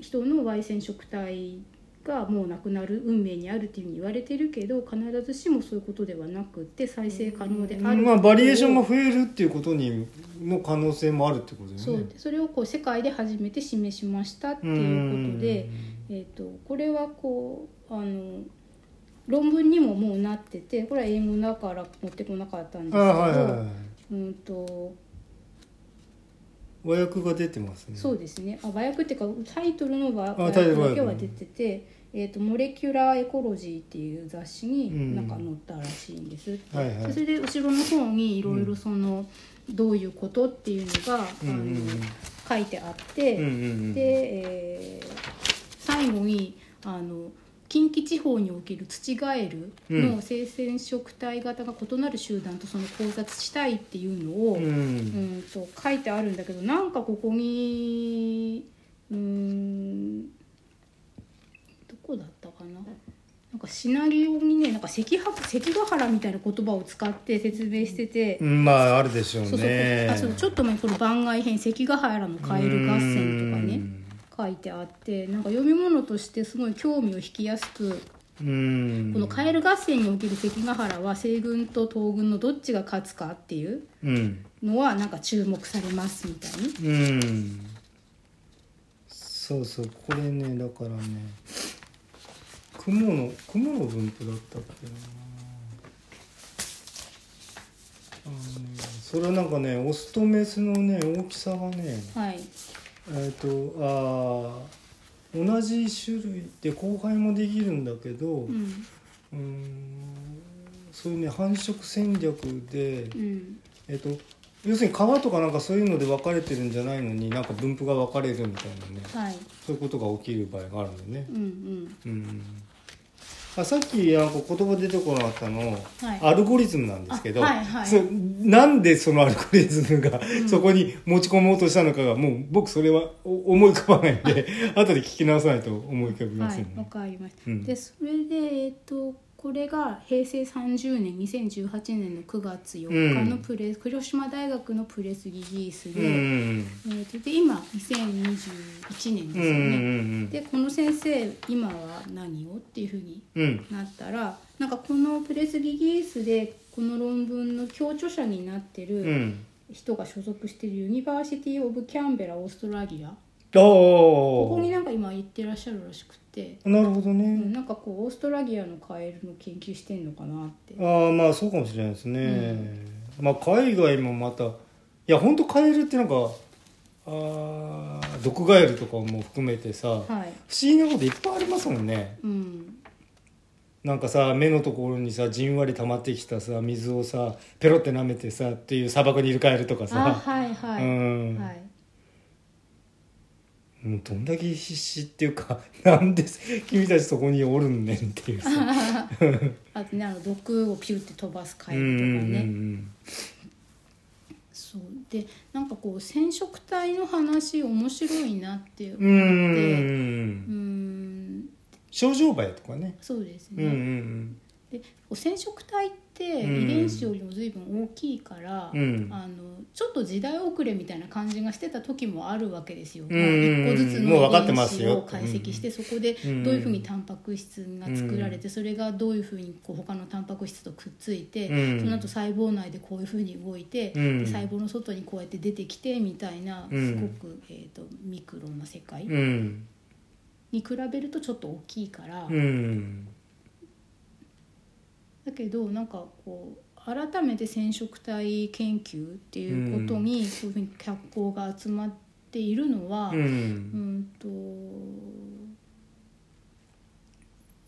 S2: 人の Y 染色体がもうなくなる運命にあるっていうふうに言われてるけど必ずしもそういうことではなくって再生可能である
S1: まあ、バリエーション
S2: も
S1: が増えるっていうことにの可能性もあるってことだ
S2: そ
S1: よ
S2: う
S1: ね。
S2: それをこう世界で初めて示しましたっていうことで。えー、とこれはこうあの論文にももうなっててこれは英語だから持ってこなかったんです
S1: あ
S2: け
S1: ー
S2: ど、
S1: はいはいはい
S2: うんと
S1: 和訳が出てますね
S2: そうですねあ和訳っていうかタイトルの和
S1: あ
S2: 和
S1: タイト
S2: 訳
S1: ル和
S2: だ
S1: 訳
S2: けは出てて、えーと「モレキュラー・エコロジー」っていう雑誌
S1: うん
S2: になんか載ったらしいんですって、
S1: はいはい
S2: それで後ろの方にいろいろその、どういうことっていうのが、
S1: うんうんうん
S2: あの書いてあって、
S1: うんうんうん
S2: で、えー最後にあの近畿地方における土ガエル
S1: う
S2: の
S1: ん
S2: 生鮮食体型が異なる集団とその交雑地帯っていうのを、
S1: うん
S2: うんと書いてあるんだけどなんかここにうーんどこだったかななんかシナリオにねなんか関白関ヶ原みたいな言葉を使って説明してて、
S1: うんまああるでしょうね
S2: そうそうあそうちょっと前にこの番外編関ヶ原のカエル合戦とかね書いてあってなんか読み物としてすごい興味を引きやすく
S1: うん
S2: このカエル合戦における関ヶ原は西軍と東軍のどっちが勝つかっていう
S1: うん
S2: のはなんか注目されますみたいに
S1: うんそうそうこれねだからね雲の雲の分布だったっけなあのねそれはなんかねオスとメスのね大きさがね
S2: はい。
S1: えっ、とあー同じ種類で交配もできるんだけど、
S2: うん。
S1: うーんそういうね繁殖戦略で、
S2: うん。
S1: えっと、要するに川とかなんかそういうので分かれてるんじゃないのになんか分布が分かれるみたいなね
S2: はい。
S1: そういうことが起きる場合があるんだよね
S2: う。んうん。
S1: うんあさっきなんか言葉出てこなかったの、
S2: はい
S1: アルゴリズムなんですけど、
S2: あはいはい
S1: そなんでそのアルゴリズムがそこに持ち込もうとしたのかがもう僕それはお思い浮かばないんで 後で聞き直さないと思い浮かびま
S2: は
S1: せん
S2: い
S1: ね。。
S2: わかりました。
S1: うん
S2: で、それで、えっと、これが平成30年、2018年の9月4日のプレ、広島大学のプレスリリースで。
S1: うんうん
S2: えっと、で、今、
S1: う
S2: 2021年ですよね。
S1: ん
S2: で、この先生、今は何をっていうふうに
S1: うんうん
S2: なったら、なんかこのプレスリリースで。この論文の共著者になってる。
S1: うん
S2: 人が所属しているユニバーシティ・オブ・キャンベラ・オーストラリアこ
S1: お
S2: こに
S1: ー
S2: なんか今行ってらっしゃるらしくて、
S1: なるほど
S2: う
S1: ね
S2: ん、なんかこうオーストラリアのカエルの研究してんのかなって
S1: ああまあそうかもしれないですね、まあ海外もまたいやほんとカエルってなんかあー毒ガエルとかも含めてさ、
S2: はい
S1: 不思議なこといっぱいありますもんね
S2: うん
S1: なんかさ目のところにさじんわり溜まってきたさ水をさペロって舐めてさっていう砂漠にいるカエルとか
S2: あ
S1: さ、
S2: はいはい、
S1: うん、
S2: はい
S1: もうどんだけ必死っていうか なんで君たちそこにおるんねんっていうさ
S2: あとねあの毒をピュって飛ばすカエ
S1: うん
S2: ルとかね、
S1: うん
S2: そうでなんかこう染色体の話面白いなっていう
S1: うんうんうんうん
S2: うん
S1: 症状映えとかね。
S2: そうです
S1: う
S2: ね、
S1: んうん
S2: でこう染色体って
S1: うん
S2: 遺伝子よりも随分大きいから、
S1: うん
S2: あのちょっと時代遅れみたいな感じがしてた時もあるわけですよ。
S1: うんうんうん
S2: まあ一個ずつ
S1: もう
S2: の
S1: 分かって
S2: 遺伝
S1: ます
S2: 子
S1: よ
S2: を解析してそこで
S1: うん
S2: どういうふうにタンパク質が作られてそれがどういうふうにこう他のタンパク質とくっついて
S1: うん
S2: その後細胞内でこういうふうに動いて
S1: うん
S2: で細胞の外にこうやって出てきてみたいな
S1: うん
S2: すごくえーとミクロな世界
S1: うんうん
S2: に比べるとちょっと大きいから
S1: うんうん
S2: だけどなんかこう改めて染色体研究っていうことにそういうふうに脚光が集まっているのは、
S1: う
S2: うん、
S1: ん
S2: と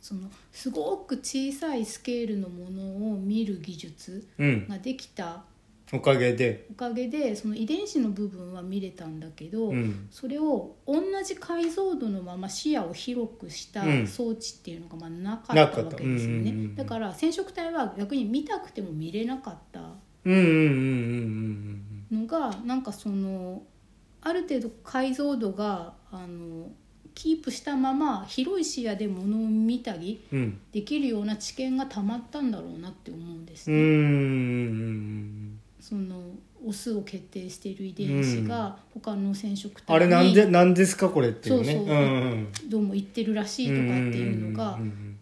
S2: そのすごく小さいスケールのものを見る技術
S1: うん
S2: ができた
S1: おかげで。
S2: おかげでその遺伝子の部分は見れたんだけど、
S1: うん
S2: それを同じ解像度のまま視野を広くした
S1: うん
S2: 装置っていうのがまあなか
S1: な
S2: っ
S1: か
S2: た
S1: った
S2: わけですよね、
S1: うんうんうん
S2: だから染色体は逆に見たくても見れなかった
S1: うんうんうん
S2: のがなんかそのある程度解像度があのキープしたまま広い視野でものを見たり
S1: うんうんうん
S2: できるような知見がたまったんだろうなって思うんです
S1: う
S2: ね。
S1: ん
S2: そのオスを決定している遺伝子が他の染色体に
S1: あれなんでなんですかこれっていうね。
S2: そうそうどうも言ってるらしいとかっていうのが
S1: うんうんうん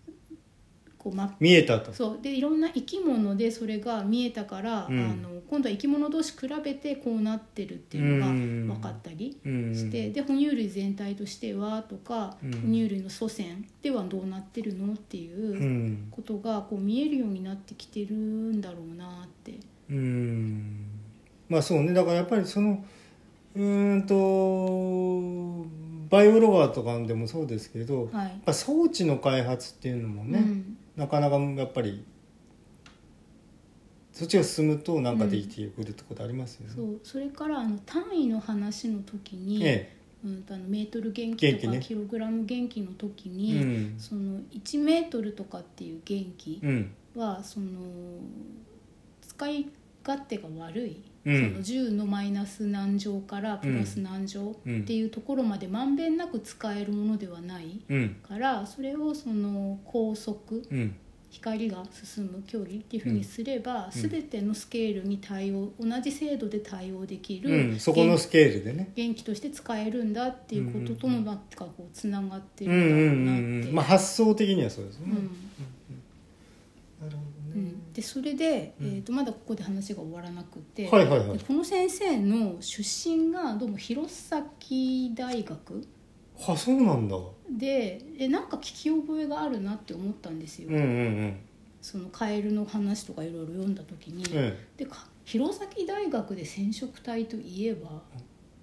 S2: こうマップ
S1: 見えたと。
S2: そうでいろんな生き物でそれが見えたから、
S1: うん
S2: あの今度は生き物同士比べてこうなってるっていうのが
S1: うん
S2: 分かったり
S1: うん
S2: して、で哺乳類全体としてはとか、
S1: うん
S2: 哺乳類の祖先ではどうなってるのって
S1: う
S2: いうんことがこう見えるようになってきてるんだろうなって。
S1: うんまあそうねだからやっぱりそのうーんとバイオロガーとかでもそうですけど、やっ
S2: はい、
S1: ぱ装置の開発っていうのもね、
S2: うん
S1: なかなかやっぱりそっちが進むとなんかできてくるってことありますよね。
S2: そうそれからあの単位の話の時に、
S1: え
S2: うんとあのメートル元気と
S1: 元気
S2: か
S1: ね
S2: キログラム元気の時
S1: え
S2: に、
S1: うん
S2: その1メートルとかっていう元気
S1: うん
S2: はその使い勝手が悪い、
S1: うん
S2: その10のマイナス何乗からプラス何乗
S1: うん
S2: っていうところまでまんべんなく使えるものではない
S1: うん
S2: からそれをその高速
S1: うん
S2: 光が進む距離っていうふうにすれば、全てのスケールに対応同じ精度で対応できる、
S1: うん、そこのスケールでね。
S2: 元気として使えるんだっていうことと
S1: う
S2: も
S1: ん
S2: なんかこうつながって
S1: うん
S2: る
S1: うん
S2: んだろう
S1: うん
S2: なっ
S1: う
S2: て。
S1: ん。まあ発想的にはそうですね。
S2: うん
S1: なるほ
S2: う
S1: どね。
S2: ん、でそれで、
S1: うん
S2: えー、とまだここで話が終わらなくて、
S1: はいはいはい
S2: でこの先生の出身がどうも弘前大学
S1: あ、そうなんだ。
S2: でえなんか聞き覚えがあるなって思ったんですよ、
S1: うんうんうん。
S2: そのカエルの話とかいろいろ読んだ時に、
S1: え
S2: でか弘前大学で染色体といえば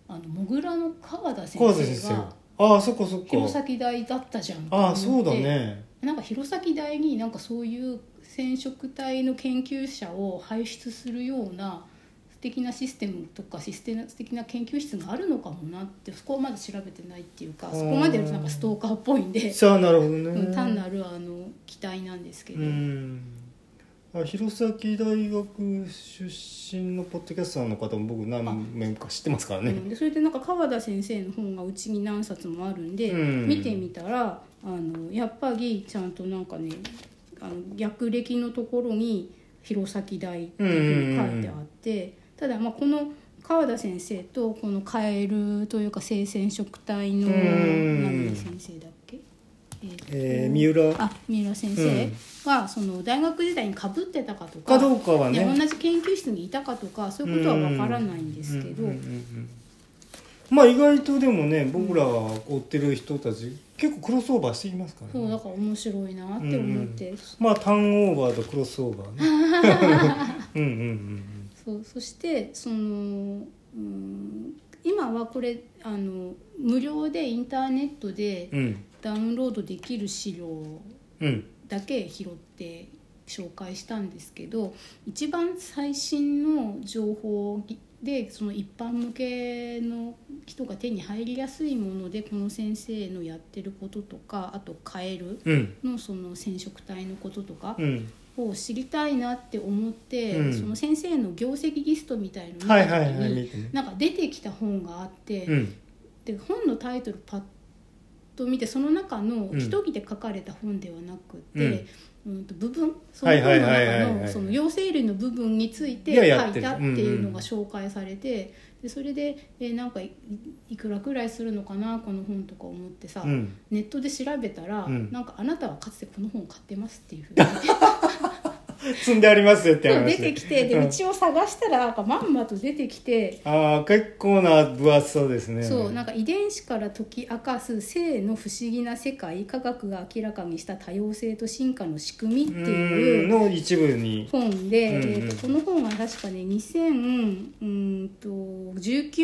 S2: あのモグラの川田
S1: え。
S2: 先
S1: 川瀬先
S2: 生
S1: 生
S2: が。
S1: ああ、そっかそっ
S2: 弘
S1: か。
S2: 前大だったじゃんと思
S1: あ
S2: っ
S1: あ、
S2: て
S1: そうだね。
S2: なんか弘前大になんかそういう染色体の研究者を輩出するような素敵なシステムとかシステム素敵な研究室があるのかもなってそこはまだ調べてないっていうか
S1: あー
S2: そこまでなんかストーカーっぽいんで、
S1: さあ、なるほど
S2: うん
S1: ね。
S2: 単なるあの期待なんですけど、
S1: うんあ弘前大学出身のポッドキャスターの方も僕何名か知ってますから
S2: う
S1: ね
S2: んでそれでなんか川田先生の本がうちに何冊もあるんで、
S1: うん
S2: 見てみたらあのやっぱりちゃんとなんかねあの略歴のところに「弘前大」っていうふうに書いてあって、ただまあこの川田先生とこのカエルというか性染色体の、
S1: うん
S2: 何先生だっけえーと
S1: えー三浦
S2: あ三浦先
S1: うん
S2: 生がその大学時代にかぶってたかとか
S1: かどうかはね
S2: ね同じ研究室にいたかとかそういうことは分からないんですけど、
S1: うんうんうんうんまあ意外とでもね僕らが追ってる人たち結構クロスオーバーしていますから
S2: そう
S1: ね
S2: だから面白いなって思って、
S1: まあターンオーバーとクロスオーバー ねうんうんうん
S2: そうそしてそのうん今はこれあの無料でインターネットで
S1: うんうん
S2: ダウンロードできる資料
S1: うん
S2: だけ拾って紹介したんですけど一番最新の情報でその一般向けの人が手に入りやすいものでこの先生のやってることとかあとカエル
S1: うん
S2: のその染色体のこととか
S1: うん
S2: を知りたいなって思って、
S1: うん
S2: その先生の業績リストみたいのを見
S1: はい
S2: た時
S1: はいはい
S2: に、
S1: 見てね
S2: なんか出てきた本があって、
S1: うん
S2: で本のタイトルパッと見てその中の
S1: うん
S2: 一人で書かれた本ではなくて、うんと部分その
S1: はい
S2: 本
S1: はい
S2: の
S1: はいはい
S2: 中のその陽性類の部分について
S1: い
S2: 書
S1: や
S2: い
S1: や
S2: た
S1: っ
S2: ってて
S1: る
S2: いうのが紹介されてでそれで、えーなんかいいくらくらいするのかなこの本とか思ってさ、
S1: うん
S2: ネットで調べたら、
S1: うん
S2: なんかあなたはかつてこの本買ってますっていうふうに。
S1: 積んでありますよって話
S2: 出てきて
S1: う
S2: で
S1: ん
S2: 道を探したらなんかまんまと出てきて、
S1: ああ結構な分厚さですね
S2: そうなん
S1: か
S2: か遺伝子から解き明かす性の不思議な世界科学が明らかにした多様性と進化の仕組みっていう
S1: の一部に
S2: 本で、
S1: うんうん
S2: えーとこの本は確かね2019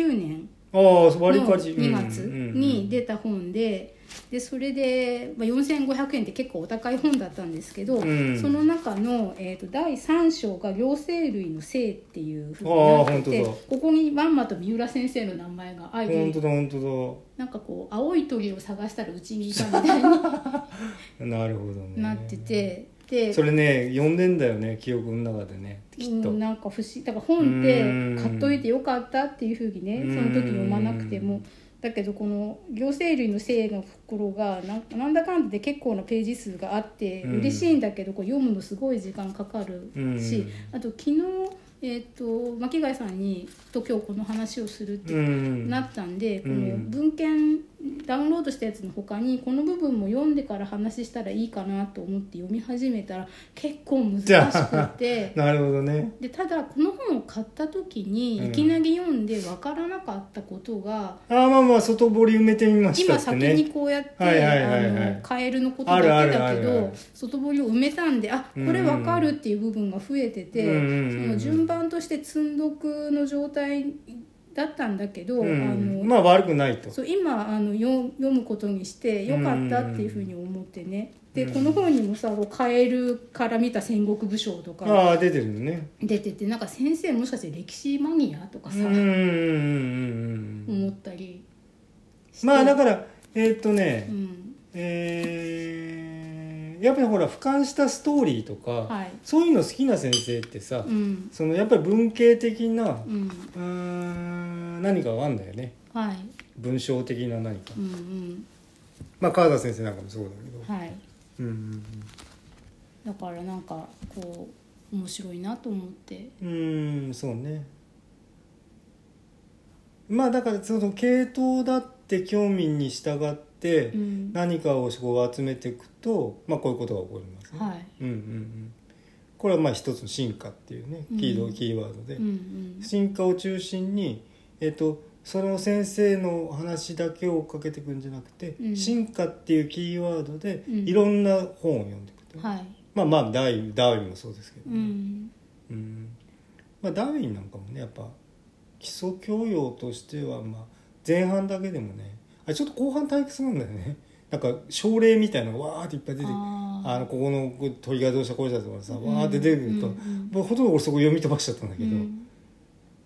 S2: 年
S1: ああ割り
S2: の
S1: かじ
S2: 2月に出
S1: て
S2: た本ででそれで、まあ、4500円って結構お高い本だったんですけど、
S1: うん
S2: その中の、えー、と第3章が「両生類の性」っていうふう
S1: あ
S2: に
S1: ー
S2: なってて
S1: 本当だ
S2: ここにまんまと三浦先生の名前が相
S1: 本
S2: 手
S1: 当だ本当
S2: なんかこう青い鳥を探したらうちにいたみたいに
S1: だなるほどね
S2: なってて。で
S1: それね読んでんだよね記憶の中でねきっと、
S2: うん、なんか不思議だから本って
S1: うん
S2: 買っといてよかったっていうふうにね
S1: うん
S2: その時読まなくてもだけどこの行政類の性の袋がなんなんだかんだで結構なページ数があって
S1: うん
S2: 嬉しいんだけどこう読むのすごい時間かかるしあと昨日、えー、と巻貝さんにと今日この話をするって
S1: うん
S2: なったんで、
S1: うん
S2: この文献ダウンロードしたやつの他にこの部分も読んでから話したらいいかなと思って読み始めたら結構難しくて。
S1: なるほどね
S2: でただこの本を買った時
S1: う
S2: に
S1: ん
S2: いきなり読んで分からなかったことが、
S1: ああまあまあ外堀埋めてみました
S2: 今
S1: って
S2: 先
S1: ね
S2: にこうやって、
S1: はいはいはいはい
S2: あのカエルのことだけだけど
S1: あるあるあるある
S2: 外堀を埋めたんであこれ分かるっていう部分が増えてて、
S1: うんうんうん
S2: その順番として積んどくの状態だったんだけど、
S1: う
S2: あの
S1: ん、まあ悪くないと
S2: そう今あの読読むことにしてよかったっていうふうに思って
S1: う
S2: ね、
S1: ん
S2: でこの本にもさこうカエルから見た戦国武将とか
S1: ああ出てるのね
S2: 出ててなんか先生もしかして歴史マニアとか
S1: う
S2: さ、
S1: んうんうんうん
S2: 思ったりして
S1: まあだからえーっとね、
S2: うん
S1: えーやっぱりほら俯瞰したストーリーとか、
S2: はい
S1: そういうの好きな先生ってさ、
S2: うん
S1: そのやっぱり文系的な
S2: うん
S1: うーん何かがあるんだよね
S2: はい
S1: 文章的な何か、
S2: うんうん
S1: まあ川田先生なんかもそうだけど、
S2: はい
S1: うんうん
S2: だからなんかこう面白いなと思って
S1: うんうーんそうねまあだからその系統だって興味に従って
S2: うん
S1: 何かをこう集めていくと、まあ、こういうことが起こりますね、
S2: はい
S1: うんうんうん、これはまあ一つの進化っていうねキード、
S2: うん
S1: キーワードで、
S2: うんうん
S1: 進化を中心に、えっとその先生の話だけを追っかけていくんじゃなくて、
S2: うん
S1: 進化っていうキーワードで
S2: うん
S1: いろんな本を読んでいくと、
S2: はい
S1: まあまあダーウィンダーウィンもそうですけど
S2: う
S1: ね、
S2: ん
S1: うんまあ、ダーウィンなんかもねやっぱ基礎教養としては、まあ、前半だけでもねあれちょっと後半退屈なんだよねなんか症例みたいなのがわーっていっぱい出て
S2: あー
S1: あのここのこう鳥がどうしたこうしたとかさ、
S2: うん
S1: わーって出てくると、
S2: うんうん
S1: もうほとんど俺そこ読み飛ばしちゃったんだけ
S2: う
S1: ど、
S2: ん
S1: うん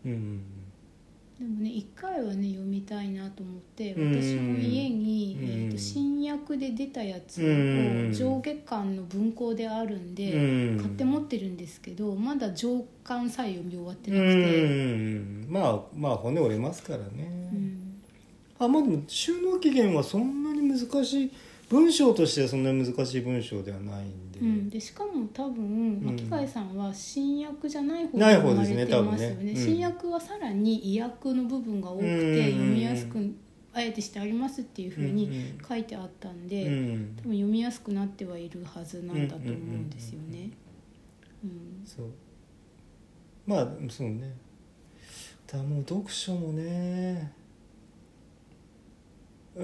S1: うん
S2: でもね一回はね読みたいなと思って
S1: うん
S2: 私も家に、
S1: うん
S2: えー、と新訳で出たやつ
S1: うん
S2: を上下巻の文庫であるんで、
S1: うん
S2: 買って持ってるんですけどまだ上巻さえ読み終わって
S1: うん
S2: な
S1: う
S2: く
S1: ん
S2: て、
S1: うんまあまあ骨折れますからね、
S2: うん
S1: あまあでも収納期限はそんなに難しい文章としてはそんなに難しい文章ではないんで、
S2: うん、でしかも多分
S1: うん
S2: 巻貝さんは新訳じゃない方
S1: ない
S2: が
S1: 方で
S2: 生ます
S1: ね
S2: れていますよ
S1: 多分ね
S2: ね
S1: うん
S2: 新訳はさらに意訳の部分が多く
S1: うん
S2: て読みやすくあえてしてありますっていうふう
S1: うんう
S2: に
S1: ん
S2: 書いてあったん
S1: う
S2: で、
S1: ん
S2: 多分読みやすくなってはいるはずなんだと思うんですよね。うん
S1: そうまあそうねただもう読書もね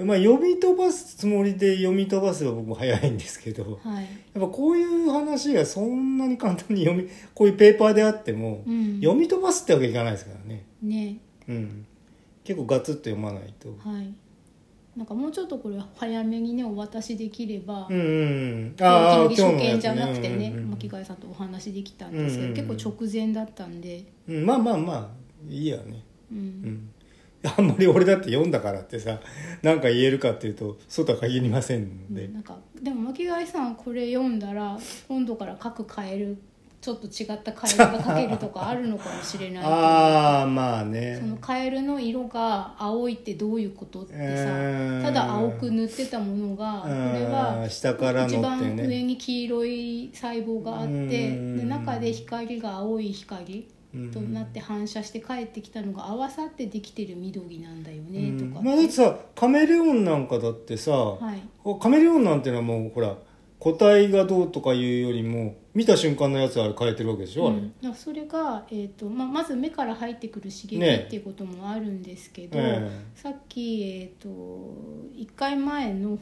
S1: まあ読み飛ばすつもりで読み飛ばせば僕も早いんですけどやっ
S2: はい。
S1: ぱこういう話がそんなに簡単に読みこういうペーパーであっても、
S2: うん。
S1: 読み飛ばすってわけいかないですからね、
S2: ね、
S1: うん、結構ガツッと読まないと、
S2: はい。なんかもうちょっとこれ早めにねお渡しできれば、
S1: うんうんうん
S2: 競
S1: あー
S2: 技初
S1: 今日のや
S2: 見
S1: つ
S2: じゃなくてね、
S1: うんうんうん
S2: 巻貝さんとお話できたんですけど、
S1: うんうんうん
S2: 結構直前だったんで、
S1: うんまあまあまあいいやね
S2: う。
S1: うんんあんまり俺だって読んだからってさなんか言えるかっていうとそうとは限りませんので、
S2: うんなんかでも巻貝さんこれ読んだら今度から書くカエルちょっと違ったカエルが書けるとかあるのかもしれないけど
S1: ああまあね
S2: そのカエルの色が青いってどういうことってさ、
S1: うん
S2: ただ青く塗ってたものがこれ
S1: あー
S2: は
S1: 下からのって
S2: 一番
S1: ね
S2: 上に黄色い細胞があっ
S1: うん
S2: てで中で光が青い光
S1: うん
S2: となって反射して帰ってきたのが合わさってできてる緑なんだよ
S1: う
S2: ねと
S1: ん
S2: か
S1: まあだってさカメレオンなんかだってさ、
S2: はい
S1: カメレオンなんてのはもうほら個体がどうとかいうよりも見た瞬間のやつはあれ変えてるわけでしょ、
S2: う
S1: あれ
S2: ん、だからそれが、えーとまあ、まず目から入ってくる刺激
S1: ね
S2: っていうこともあるんですけど、
S1: え
S2: さっき、えー、と1回前の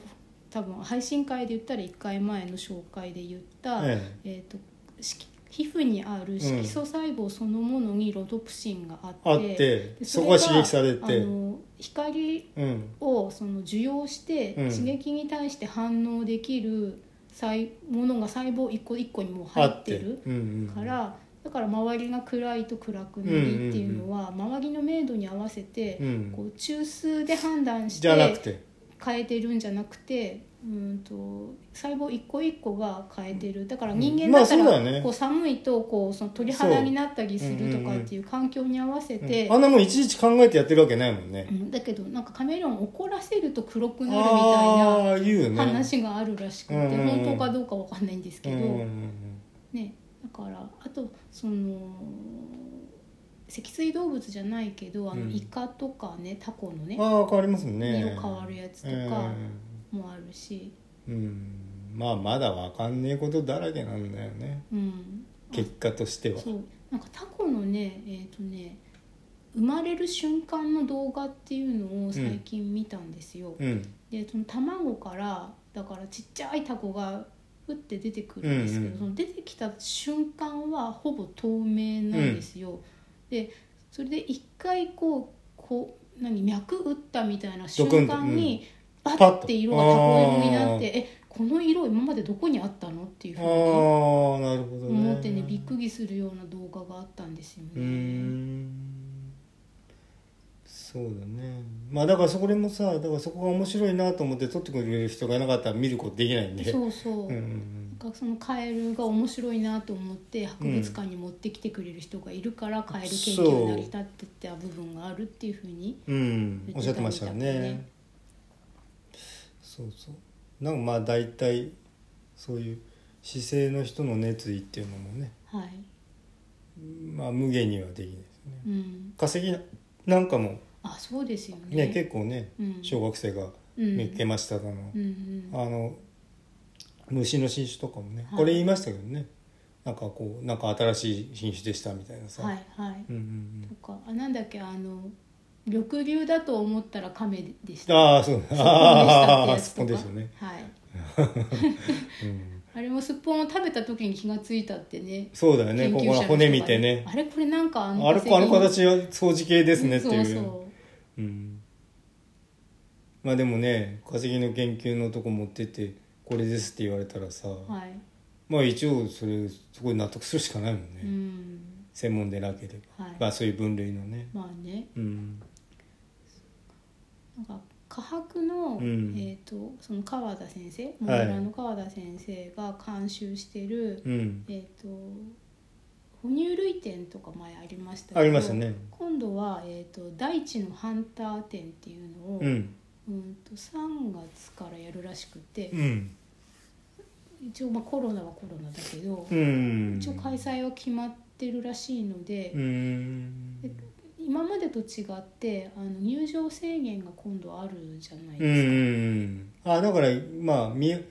S2: 多分配信会で言ったら1回前の紹介で言った、
S1: え
S2: えーと色皮膚にある色素細胞そのものにロトプシンがあって,で、
S1: あってそ
S2: れ
S1: こが刺激されて
S2: あの光
S1: うん
S2: をその受容して
S1: うん
S2: 刺激に対して反応できる細ものが細胞一個一個にもう入ってる。
S1: うんうん、
S2: からだから周りが暗いと暗くなりっていうのは周りの明度に合わせて
S1: うん
S2: こう中枢で判断し
S1: じゃなく
S2: て
S1: て
S2: 変えてるんじゃなくてうんと細胞一個一個が変えてるだから人間だった
S1: まあそうだよね
S2: らこう寒いとこうその鳥肌になったりするとかっていう環境に合わせて
S1: うんあんなもんいちいち考えてやってるわけないもんね、
S2: うんだけどなんかカメレオン怒らせると黒くなるみ
S1: あ
S2: た
S1: あ言うよ
S2: い
S1: ね
S2: な話があるらしくて
S1: うんうんうん
S2: 本当かどうかわかんないんですけど。
S1: うんうんうん
S2: ね、だからあとその脊椎動物じゃないけどあの、
S1: うん
S2: イカとかねタコのね
S1: ああ変わりますね
S2: 色変わるやつとかもあるし、
S1: うん、うんまあまだわかんねえことだらけなんだよね
S2: うん、
S1: 結果としては
S2: そうなんかタコのねえっ、とね生まれる瞬間の動画っていうのを最近見たんですよ。
S1: うん
S2: でその卵からだからちっちゃいタコがふって出てくるんですけど、
S1: うんうん
S2: その出てきた瞬間はほぼ透明なんですよ。でそれで一回こうこう何脈打ったみたいな瞬
S1: ドクンと
S2: 間に、
S1: パ
S2: パ
S1: ッ
S2: ッ
S1: と
S2: て色がタコ色になってえこの色今までどこにあったのっていうふう
S1: ああ
S2: に
S1: なるほどね
S2: 思ってねびっくりするような動画があったんですよ
S1: うー
S2: ね。
S1: んそうだねまあだからそこでもさだからそこが面白いなと思って撮ってくれる人がいなかったら見ることできないんで
S2: そうそう、
S1: うんうんう
S2: なん
S1: ん
S2: かそのカエルが面白いなと思って博物館に持ってきてくれる人がいるから、カエル研究に成り立ってた部分があるっていうふうに
S1: うん、おっしゃってましたよね
S2: 言ってたみたいね
S1: そうそうなんかまあ大体そういう姿勢の人の熱意っていうのもね
S2: はい、
S1: まあ無限にはできないですね
S2: うん、
S1: 化石なんかも
S2: あそうですよね
S1: ね結構ね
S2: うん
S1: 小学生が
S2: うん
S1: 見っけましただの、
S2: うんうん
S1: あの虫の新種とかもね、
S2: はい
S1: これ言いましたけどねなんかこうなんか新しい品種でしたみたいなさ、
S2: はいはい、
S1: うんうん
S2: とかあなんだっけあの緑流だと思ったら亀でし
S1: うん、
S2: た
S1: ああそう
S2: あ
S1: ああ
S2: あ
S1: すっぽんでしたね、
S2: はい
S1: うん、
S2: あれもすっぽんを食べた時に気がついたってね
S1: そうだよね
S2: 研究
S1: こ
S2: 者
S1: この
S2: の人が
S1: 骨見てね
S2: あれこれなんかあ
S1: あれあの
S2: で
S1: 形は掃除系ですねっていう
S2: そうそ
S1: うん、まあでもね化石の研究のとこ持ってってこれですって言われたらさ、
S2: うはい、
S1: まあ一応それすごい納得するしかないもんね、
S2: うん
S1: 専門でなければ、
S2: はい
S1: まあそういう分類のね、
S2: まあね
S1: うん
S2: なんか科博の,、
S1: うん
S2: えー、とその川田先生モグ
S1: はい
S2: ラの川田先生が監修してる、
S1: うん、
S2: えー、と哺乳類展とか前ありましたけど
S1: ありましたね
S2: 今度は、えー、と大地のハンター展っていうのを、
S1: うん
S2: うんと3月からやるらしくて、
S1: うん
S2: 一応まあコロナはコロナだけど、
S1: うん
S2: 一応開催は決まってるらしいので、
S1: うん
S2: で今までと違ってあの入場制限が今度あるじゃない
S1: うんう
S2: ですか。
S1: んあだからまあ見え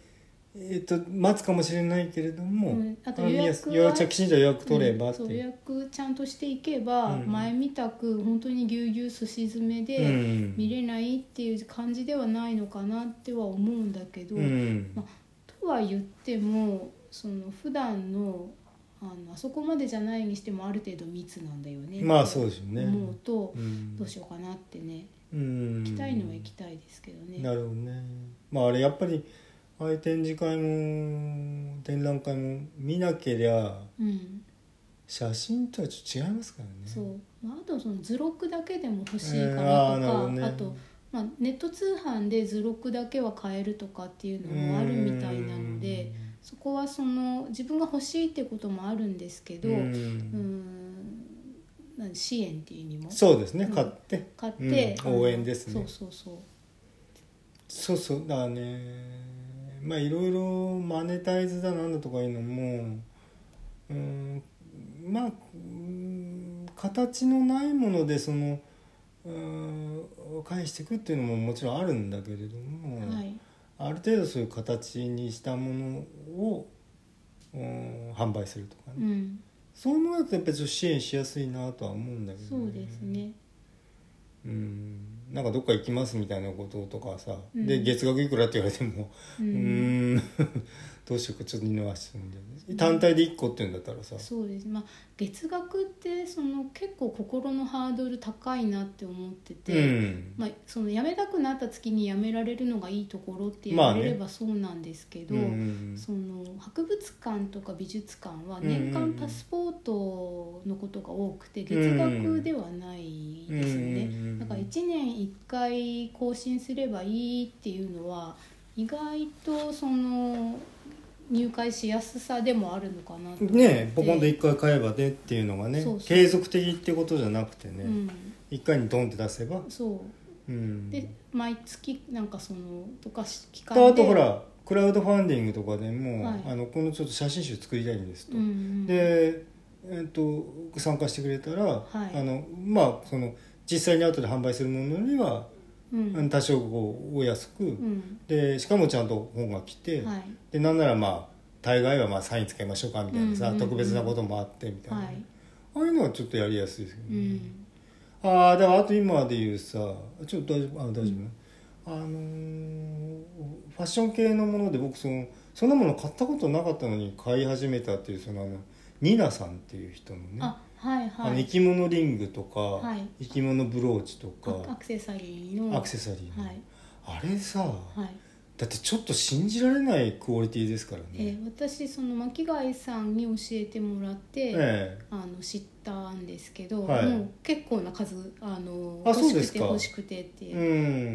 S1: えっと待つかもしれないけれども、
S2: うんあと
S1: の
S2: 予
S1: 見や
S2: 約
S1: す
S2: は
S1: 予約はきちんと予約取ればっ
S2: うん
S1: て
S2: そう
S1: い
S2: 予
S1: う、
S2: 約ちゃんとしていけば、
S1: うん
S2: 前みたく本当にぎゅうぎゅうすし詰め
S1: う
S2: で
S1: ん、
S2: 見れないっていう感じではないのかなっては思うんだけど、
S1: うん
S2: まとは言ってもその普段のあのあそこまでじゃないにしてもある程度密なんだよね
S1: まあそうですよね
S2: 思うと、
S1: うん
S2: どうしようかなってね
S1: うん
S2: 行きたいのは行きたいですけどね。
S1: なるほどねまああれやっぱりああいう展示会も展覧会も見なけりゃ
S2: うん、
S1: 写真とはちょっと違いますからね
S2: そう、まあ、あとその図録だけでも欲しい
S1: えー
S2: かなと
S1: あー
S2: か、
S1: なるほどね
S2: あと、まあ、ネット通販で図録だけは買えるとかっていうのもあるみたいなのでそこはその自分が欲しいってこともあるんですけど、
S1: う
S2: うんーん、なん支援っていう意味も
S1: そうですね
S2: うん
S1: 買って
S2: 買って、
S1: うん
S2: あの
S1: 応援ですね
S2: そうそうそう
S1: そうそうだからねまあいろいろマネタイズだなんだとかいうのもうんまあうん形のないものでそのうん返していくっていうのももちろんあるんだけれども、
S2: はい
S1: ある程度そういう形にしたものを、うん、販売するとかね、
S2: うん
S1: そういうものだとやっぱりちょっと支援しやすいなとは思うんだけど、
S2: そうですね
S1: うんなんかどっか行きますみたいなこととかさ、
S2: うん
S1: で月額いくらって言われても
S2: う
S1: うんーん どうしようかちょっと見逃してるんだよね単体で1個っていうんだったらさ
S2: そうですまあ月額ってその結構心のハードル高いなって思ってて、
S1: うん
S2: まあ、その辞めたくなった月に辞められるのがいいところって言
S1: まあ
S2: わ
S1: ね
S2: れればそうなんですけど、
S1: うん
S2: その博物館とか美術館は
S1: うんうんうん
S2: 年間パスポートのことが多くて月額ではないですよ
S1: うんうんうんう
S2: ね
S1: ん
S2: だから1年1回更新すればいいっていうのは意外とその入会しやすさでもあるのかなと思って
S1: ねえポコンと1回買えばねっていうのがね
S2: そうそう
S1: 継続的ってことじゃなくて
S2: う
S1: ね、
S2: ん、
S1: 一1回にドンって出せば、
S2: そう
S1: うん、
S2: で毎月なんかそのとかし期間で
S1: あとほらクラウドファンディングとかでも、
S2: はい
S1: あのこのちょっと写真集作りたいんですと、
S2: うんうん、
S1: で、えっと参加してくれたら、
S2: い
S1: あのまあその実際に後で販売するものには、
S2: う
S1: うんん、多少こうお安く、
S2: うん
S1: でしかもちゃんと本が来て、
S2: はい
S1: でなんならまあ大概はまあサインつけましょうかみたいなさ、
S2: うんうんうん
S1: 特別なこともあってみたいな、
S2: はい
S1: ああいうのはちょっとやりやすいですけど
S2: う
S1: ね。
S2: ん
S1: ああだからあと今で言うさちょっと大丈夫あ大丈夫ね、あのーファッション系のもので僕そのそんなもの買ったことなかったのに買い始めたっていうそのあのニナさんっていう人のね
S2: あはい
S1: あの
S2: は
S1: 生
S2: い
S1: き物リングとか、
S2: はい
S1: 生き物ブローチと
S2: ア
S1: か
S2: アクセサリーの
S1: アクセサリーの、
S2: はい
S1: あれさ、
S2: はい
S1: だってちょっと信じられないクオリティですからね
S2: えー私その巻貝さんに教えてもらって、
S1: ええ
S2: あの知ったんですけど、
S1: はい
S2: もう結構な数あの
S1: あ
S2: 欲
S1: そう
S2: し
S1: で
S2: く
S1: す
S2: て
S1: か
S2: 欲しくてっていう、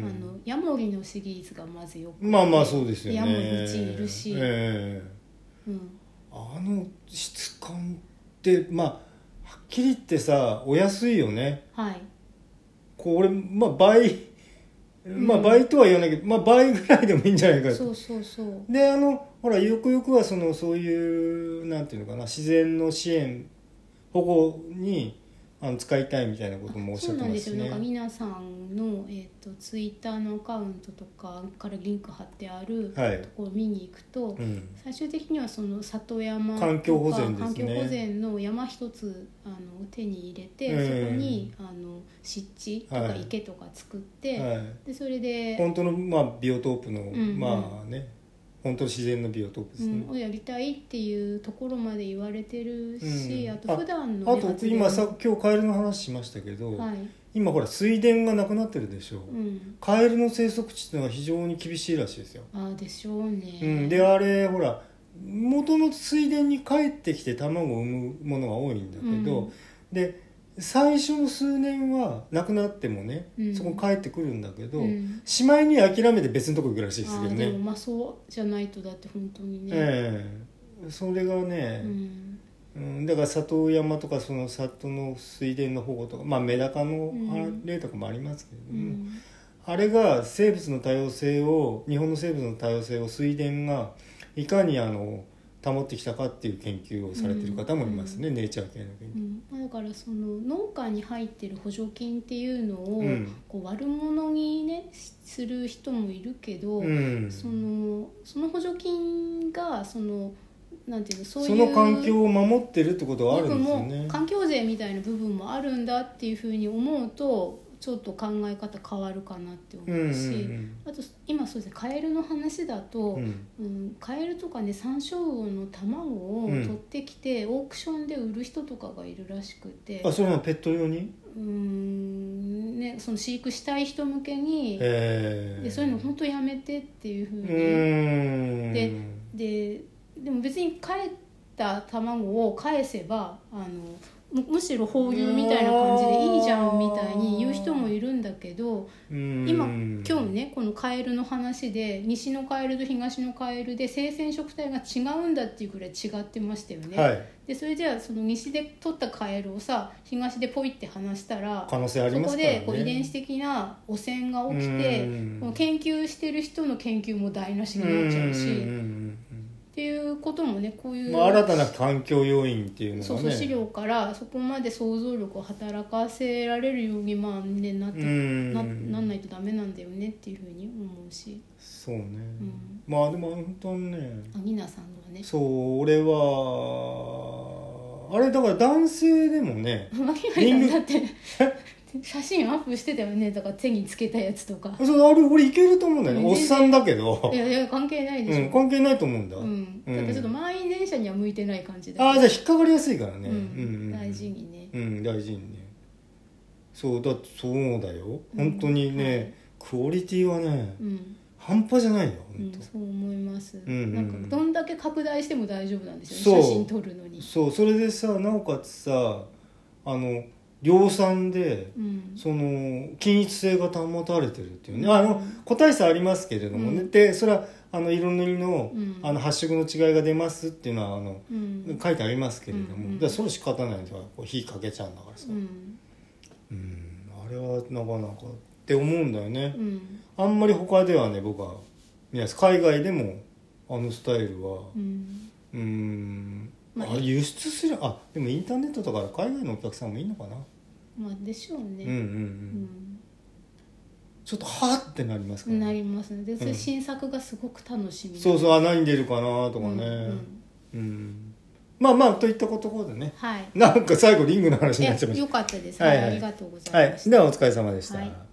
S1: うん
S2: あのヤモリのシリーズがまずよく
S1: まあまあそうですよね
S2: ヤモリ1いるし、
S1: ええ
S2: うん、
S1: あの質感ってまあはっきり言ってさお安いよね
S2: はい
S1: こう俺まあ倍
S2: ん
S1: まあ倍とは言わないけど、まあ倍ぐらいでもいいんじゃないか
S2: そうそうそう
S1: であのほらよくよくはそのそういうなんていうのかな自然の支援保護にあの使いたいみたいなこともおっし
S2: そ
S1: ゃ
S2: う
S1: って
S2: なん
S1: ま
S2: です
S1: す
S2: よなんか
S1: ね
S2: 皆さんの、えー、とツイッターのアカウントとかからリンク貼ってある
S1: はい
S2: ところ見に行くと、
S1: うん
S2: 最終的にはその里山とか
S1: 環境保全ですね
S2: 環境保全の山一つあの手に入れて、
S1: うん
S2: そこにあの湿地とか
S1: はい
S2: 池とか作って、
S1: は
S2: でそれ
S1: い、
S2: で、
S1: 本当のまあビオトープの、
S2: んうん
S1: まあね本当の自然のビオトープです
S2: う
S1: ね、
S2: ん、をやりたいっていうところまで言われてるし、
S1: うん
S2: あと普段の
S1: あ
S2: ね、
S1: と
S2: 発電
S1: 今さ今日カエルの話しましたけど、
S2: はい、
S1: 今ほら水田がなくなってるでしょ、
S2: うん、
S1: カエルの生息地っていうのは非常に厳しいらしいですよ、
S2: ああでしょうね、
S1: うん、であれほら元の水田に帰ってきて卵を産むものが多いんだけど、
S2: うん
S1: で最初の数年はなくなってもね、
S2: うん
S1: そこ帰ってくるんだけど、
S2: うん
S1: しまいに諦めて別のとこ行くらしいです
S2: あ
S1: けど
S2: ー
S1: ね
S2: でもまあそうじゃないとだって本当にね、
S1: ええそれがね、
S2: うん
S1: うん、だから里山とかその里の水田の保護とかまあメダカの
S2: うん
S1: 例とかもありますけれど
S2: う
S1: も、
S2: ん
S1: あれが生物の多様性を日本の生物の多様性を水田がいかにあの保ってきたかっていう研究をされてる方もいますね、ネイチャー系の研
S2: う
S1: 究。
S2: んまあだからその農家に入ってる補助金っていうのを、
S1: うん
S2: こう悪者にねしする人もいるけど、
S1: うん
S2: そのその補助金がそのなんていうのそういう
S1: その環境を守ってるってことはあるんですよ
S2: 部分も
S1: ね。
S2: 環境税みたいな部分もあるんだっていうふうに思うとちょっと考え方変わるかなって思
S1: うんうん
S2: うし、あと今そうですねカエルの話だと、
S1: うんうん
S2: うん、カエルとかね山椒魚の卵を
S1: うん
S2: 取ってきて、オークションで売る人とかがいるらしくて
S1: あそれはペット用に、
S2: うん、ね、その飼育したい人向けに、
S1: ええ
S2: でそういうの本当やめてっていうふう
S1: う
S2: に、
S1: ん
S2: でででも別に帰った卵を返せばあのむむしろ放流みたいな感じでいいじゃんみたいに言う人もいるんだけど今
S1: 今
S2: 今日ねこのカエルの話で西のカエルと東のカエルで生鮮食体が違うんだっていうぐらい違ってましたよね、
S1: はい
S2: でそれじゃあその西で取ったカエルをさ東でポイって離したら
S1: 可能性あり
S2: そ
S1: ま
S2: こ
S1: すからね
S2: でこう遺伝子的な汚染が起きて
S1: うん
S2: もう研究してる人の研究も台無しになっちゃう
S1: んうんうん
S2: しっ
S1: うん
S2: ていうこともねこういう、
S1: まあ、新たな環境要因っていうのがね
S2: そうそう資料からそこまで想像力を働かせられるようにまあねなっ
S1: う
S2: て
S1: ん
S2: ななんないとダメなんだよねっていうふうに思うし
S1: そうね、
S2: ん
S1: まあでも本当にね
S2: アギナさんのはね
S1: そう俺はあれだから男性でもね
S2: マキマイさんだって 写真アップしてたよねだから手につけたやつとか
S1: そうあれ俺いけると思うんだよねおっさんだけど
S2: い、やいや関係ないで
S1: う
S2: し
S1: ん、
S2: ょ、
S1: 関係ないと思うんだ、
S2: うんだからちょっと満員電車には向いてない感じだ
S1: ああじゃあ引っかかりやすいから
S2: う
S1: ね、
S2: ん
S1: うん
S2: 大事にね
S1: うん大事にねそうだそうだよ本当にね、クオリティはね、
S2: うん、
S1: 半端じゃないよ
S2: う
S1: 本
S2: ん
S1: 当、
S2: そう思います、
S1: ん
S2: なんかどんだけ拡大しても大丈夫なんですよ
S1: そ
S2: ね
S1: う
S2: 写真撮るのに
S1: そうそれでさなおかつさあの量産で
S2: うん
S1: その均一性が保たれてるっていうねあの個体差ありますけれどもね、
S2: うん
S1: でそれはあの色塗りの,、
S2: うん
S1: あの発色の違いが出ますっていうのはあの
S2: うん
S1: 書いてありますけれども、
S2: うん
S1: だからそれ仕方ないんですよこう火かけちゃうんだからさ、
S2: う
S1: うん
S2: ん
S1: あれはなかなかって思うんだよね
S2: う、ん
S1: あんまり他ではね僕は見ないです海外でもあのスタイルは
S2: うん
S1: うーん、
S2: まあ
S1: あ、輸出するあでもインターネットとか海外のお客さんもいいのかな、
S2: まあでしょうね
S1: うんうんうん、
S2: うん
S1: ちょっとはーってなりますからね
S2: なりますねで、それ
S1: うん
S2: 新作がすごく楽しみ
S1: そう
S2: う
S1: そうあ何出るかなとかね
S2: ん
S1: うん、まあまあといったところでね
S2: はい
S1: なんか最後リングの話
S2: い
S1: に
S2: や
S1: なっちゃいまし
S2: よかったです、
S1: はいはい
S2: ありがとうご
S1: たは
S2: ざいま
S1: い
S2: した、
S1: ではお疲れ様でした、
S2: はい